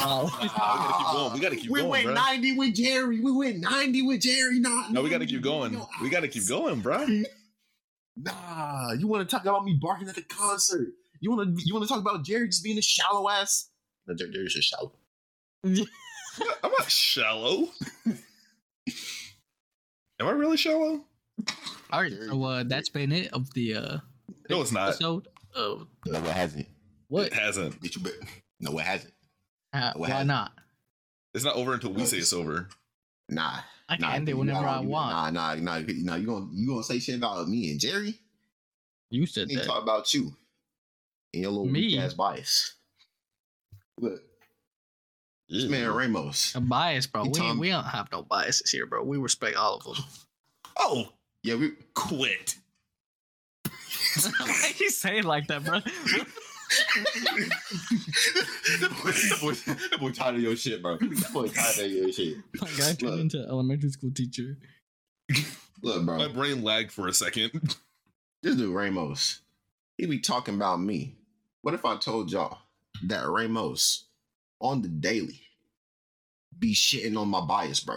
Oh, we gotta keep we going, went bruh. 90 with Jerry. We went 90 with Jerry. Nah, No, 90. we gotta keep going. No, We gotta keep going, bro. Nah, you want to talk about me barking at the concert? You want to you want to talk about Jerry just being a shallow ass? No, Jer- Jerry's just shallow. I'm not shallow. Am I really shallow? All right. So uh, that's been it of the uh, No, it's not. episode of No, it hasn't. what? It hasn't. Did you bet? No, it hasn't. Uh, What why happened? not? It's not over until we say it's over. Nah, I can nah, end it you- whenever nah, I you- want. Nah, nah, nah, nah. You gonna you gonna say shit about me and Jerry? You We said need to that. talk about you and your little Me? weak ass bias. Look, this man Ramos. A bias, bro. You We, talking- we don't have no biases here, bro. We respect all of them. Oh, Yeah, we quit. Why you say it like that, bro? that, boy, that, boy, that boy tired of your shit, bro. That boy tired of your shit. My guy turned Look. into elementary school teacher. Look, bro, My brain lagged for a second. this dude Ramos, he be talking about me. What if I told y'all that Ramos on the daily be shitting on my bias, bro?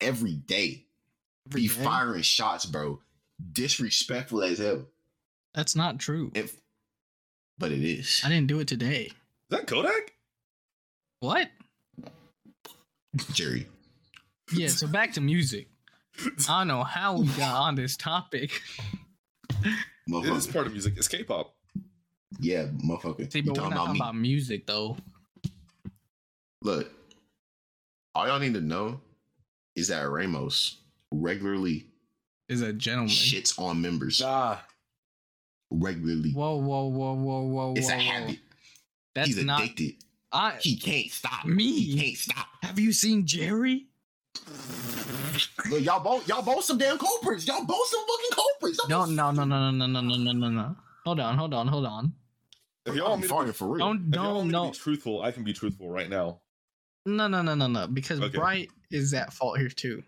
Every day, be firing shots, bro. Disrespectful as hell. That's not true. If, but it is. I didn't do it today. Is that Kodak? What? Jerry, Yeah, so back to music. I don't know how we got on this topic. It is motherfucker. part of music. It's K-pop. Yeah, motherfucker. See, you but talking about we're not talking me. about music though. Look, all y'all need to know is that Ramos regularly Is a gentleman. shits on members. Nah. Regularly. Whoa, whoa, whoa, whoa, whoa, it's whoa. a whoa. habit. That's He's not. addicted. I He can't stop. Me? He can't stop. have you seen Jerry? Look, y'all both y'all both some damn culprits. Y'all both some fucking culprits. Y'all No, both- no, no, no, no, no, no, no, no, no. Hold on, hold on, hold on. If y'all I'm want me to farting for real. Don't, If y'all don't, want me to no, be truthful, I can be truthful right now. no, no, no, no, no. Because Okay. Bright is at fault here too.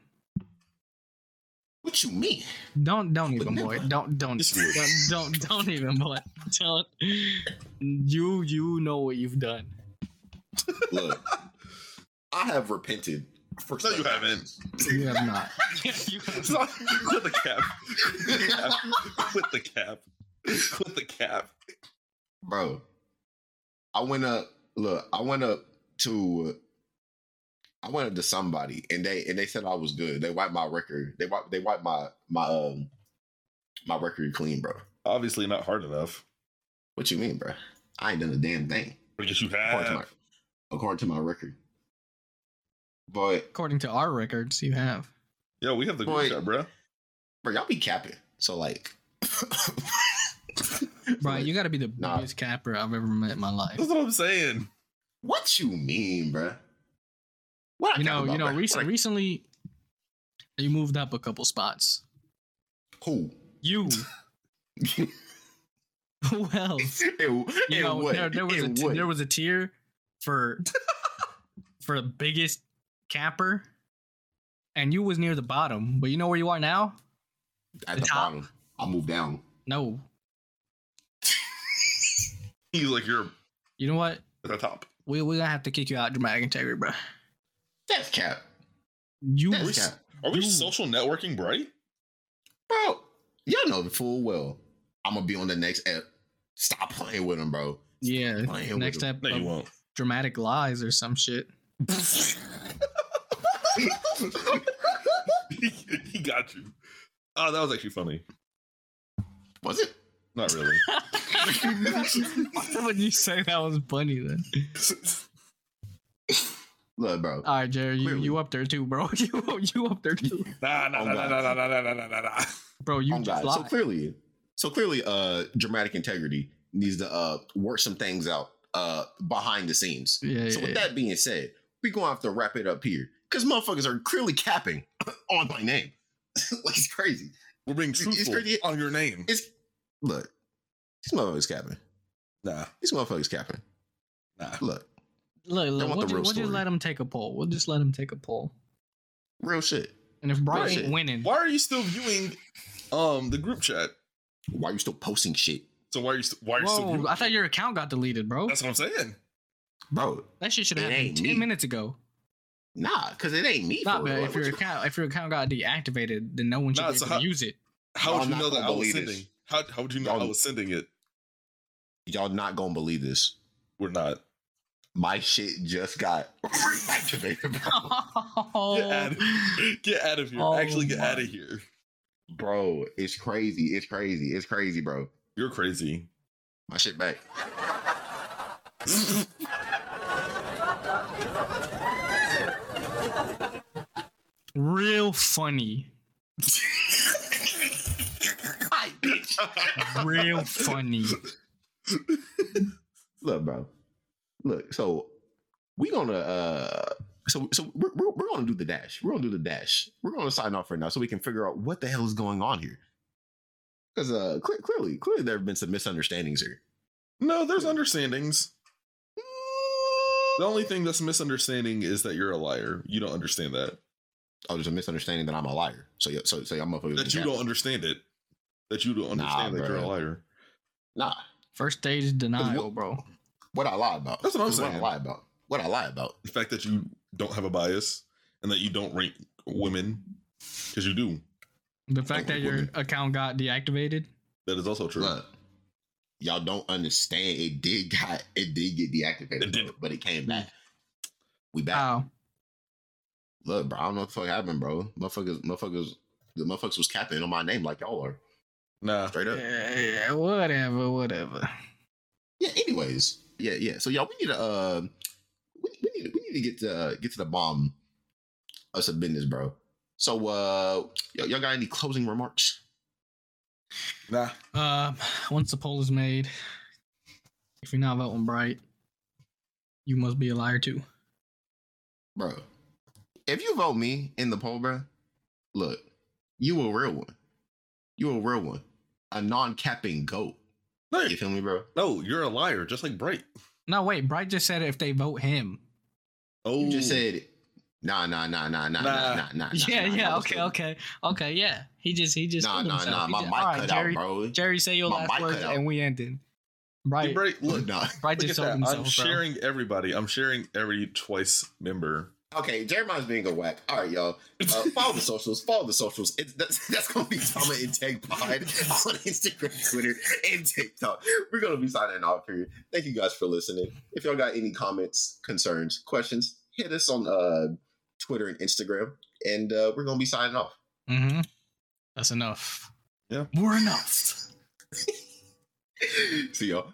What you mean? Don't, don't But even, boy. never. Don't, don't, It's weird. don't, don't, don't even, boy. Don't. You, you know what you've done. Look, I have repented for No, you stuff. haven't. You have not. Stop. Quit the cap. Quit the cap. Quit the cap. Quit the cap. Bro, I went up. Look, I went up to. I went up to somebody and they and they said I was good. They wiped my record. They wiped they wiped my my um my record clean, bro. Obviously not hard enough. What you mean, bro? I ain't done a damn thing. Because you According to my, have. according to my record. But According to our records, you have. Yeah, we have the group Boy. chat, bro. bro, y'all be capping. So like, Bro, Like, you got to be the nah. biggest capper I've ever met in my life. That's what I'm saying. what you mean, bro? What I You cap know, you about, know. bruh? Recent, What I- recently, you moved up a couple spots. who? You. well, It, you it know, would. there, there was it a t- would. there was a tier for for the biggest capper, and you was near the bottom. But you know where you are now? at the top. bottom. I moved down. No. He's like, you're You know what? at the top. We we gonna have to kick you out, dramatic integrity, bro. That's cap, You That's was cap. Are we Dude. social networking, Bright? bro. Y'all know full well. I'm gonna be on the next ep. Stop playing with him, bro. yeah. Playing with Next him. step, No, you won't. dramatic lies or some shit. he got you. Oh, that was actually funny. Was it? Not really. Why would you say that was funny then? Look, bro. All right, Jerry, you, Clearly. you up there too, bro. You you up there too, nah, nah, Oh, nah, nah, God. nah, nah, nah, nah, nah, nah, nah. bro. You Oh, just God. So lied. clearly, so clearly, uh, dramatic integrity needs to uh work some things out uh behind the scenes. yeah, yeah, So with yeah. that being said, we gonna have to wrap it up here because motherfuckers are clearly capping on my name. like it's crazy. We're being It's truthful pretty- on your name. It's look, these motherfuckers capping. Nah, These motherfuckers capping. nah. Look, Look, They look want we'll, the ju- real we'll just story. let him take a poll. We'll just let him take a poll. real shit. And if Brian Right. ain't winning, Why are you still viewing um the group chat? Why you still posting shit, So why are you st- why are you still? whoa, Viewing I thought your account got deleted, bro. That's what I'm saying. bro? that shit should It have happened ain't ten me. minutes ago. Nah, because it ain't me. Nah, for but real. if your What you- account if your account got deactivated, then no one should Nah, be so able how- to use it. How Y'all would you not know that gonna I was believe sending? this. How how would you know I Y'all- was sending it? y'all not gonna believe this. We're not. My shit just got activated, bro. Get out Oh, of here. Get out of here. Oh Actually, get my. out of here. bro. It's crazy. It's crazy. It's crazy, bro. You're crazy. My shit back. real funny, Hi, bitch. real funny. look, bro. Look, so we gonna uh so so we're, we're, we're gonna do the dash. We're gonna do the dash. We're gonna sign off right now so we can figure out what the hell is going on here. Because uh cle clearly, clearly there have been some misunderstandings here. No, there's understandings. The only thing that's misunderstanding is that you're a liar. You don't understand that. oh, there's a misunderstanding that I'm a liar. So yeah, so so I'm up that you don't understand it. That you don't Nah, understand that bruh. you're a liar. Nah, First stage denial, what- bro. what I lie about. That's what I'm It's saying. What I lie about. What I lie about. The fact that you don't have a bias and that you don't rank women because you do. The fact that your women. account got deactivated. That is also true. Look, y'all don't understand. It did got it did get deactivated, It did. bro, but it Mm. came back. We back. Wow. Look, bro, I don't know what the fuck happened, bro. Motherfuckers, motherfuckers, the motherfuckers was capping on my name like y'all are. Nah. Straight up. Yeah, whatever, whatever. Yeah. Anyways, yeah, yeah. So y'all, we need to, uh, we, we need, we need to get to uh, get to the bomb us a business, bro. So, uh, y'all, y'all got any closing remarks? Nah. Um, once the poll is made, if you're not voting bright, you must be a liar too. bro. If you vote me in the poll, bro, look, you a real one. You a real one. A non-capping goat. No, You feel me, bro? no, you're a liar, just like Bright. No, wait, Bright just said if they vote him. Oh, You just said, nah, nah, nah, nah, nah, Nah. nah, nah, nah. yeah, nah, yeah, nah, okay, okay, okay, yeah. He just, he just. Nah, killed nah, himself. nah. He My just- mic All right, cut Jerry, out, bro. Jerry, say your My mic last cut words, out. and we ending. Hey, Bright, Bright, look. nah. Bright Look just at sold that. himself, I'm bro. sharing everybody. I'm sharing every twice member. Okay, Jeremiah's being a whack. All right, y'all. Uh, follow the socials. Follow the socials. It's, that's, that's going to be Tama and Tech Pod on Instagram, Twitter, and TikTok. We're going to be signing off here. Thank you guys for listening. If y'all got any comments, concerns, questions, hit us on uh, Twitter and Instagram, and uh, we're going to be signing off. Mm-hmm. That's enough. Yeah. We're enough. See y'all.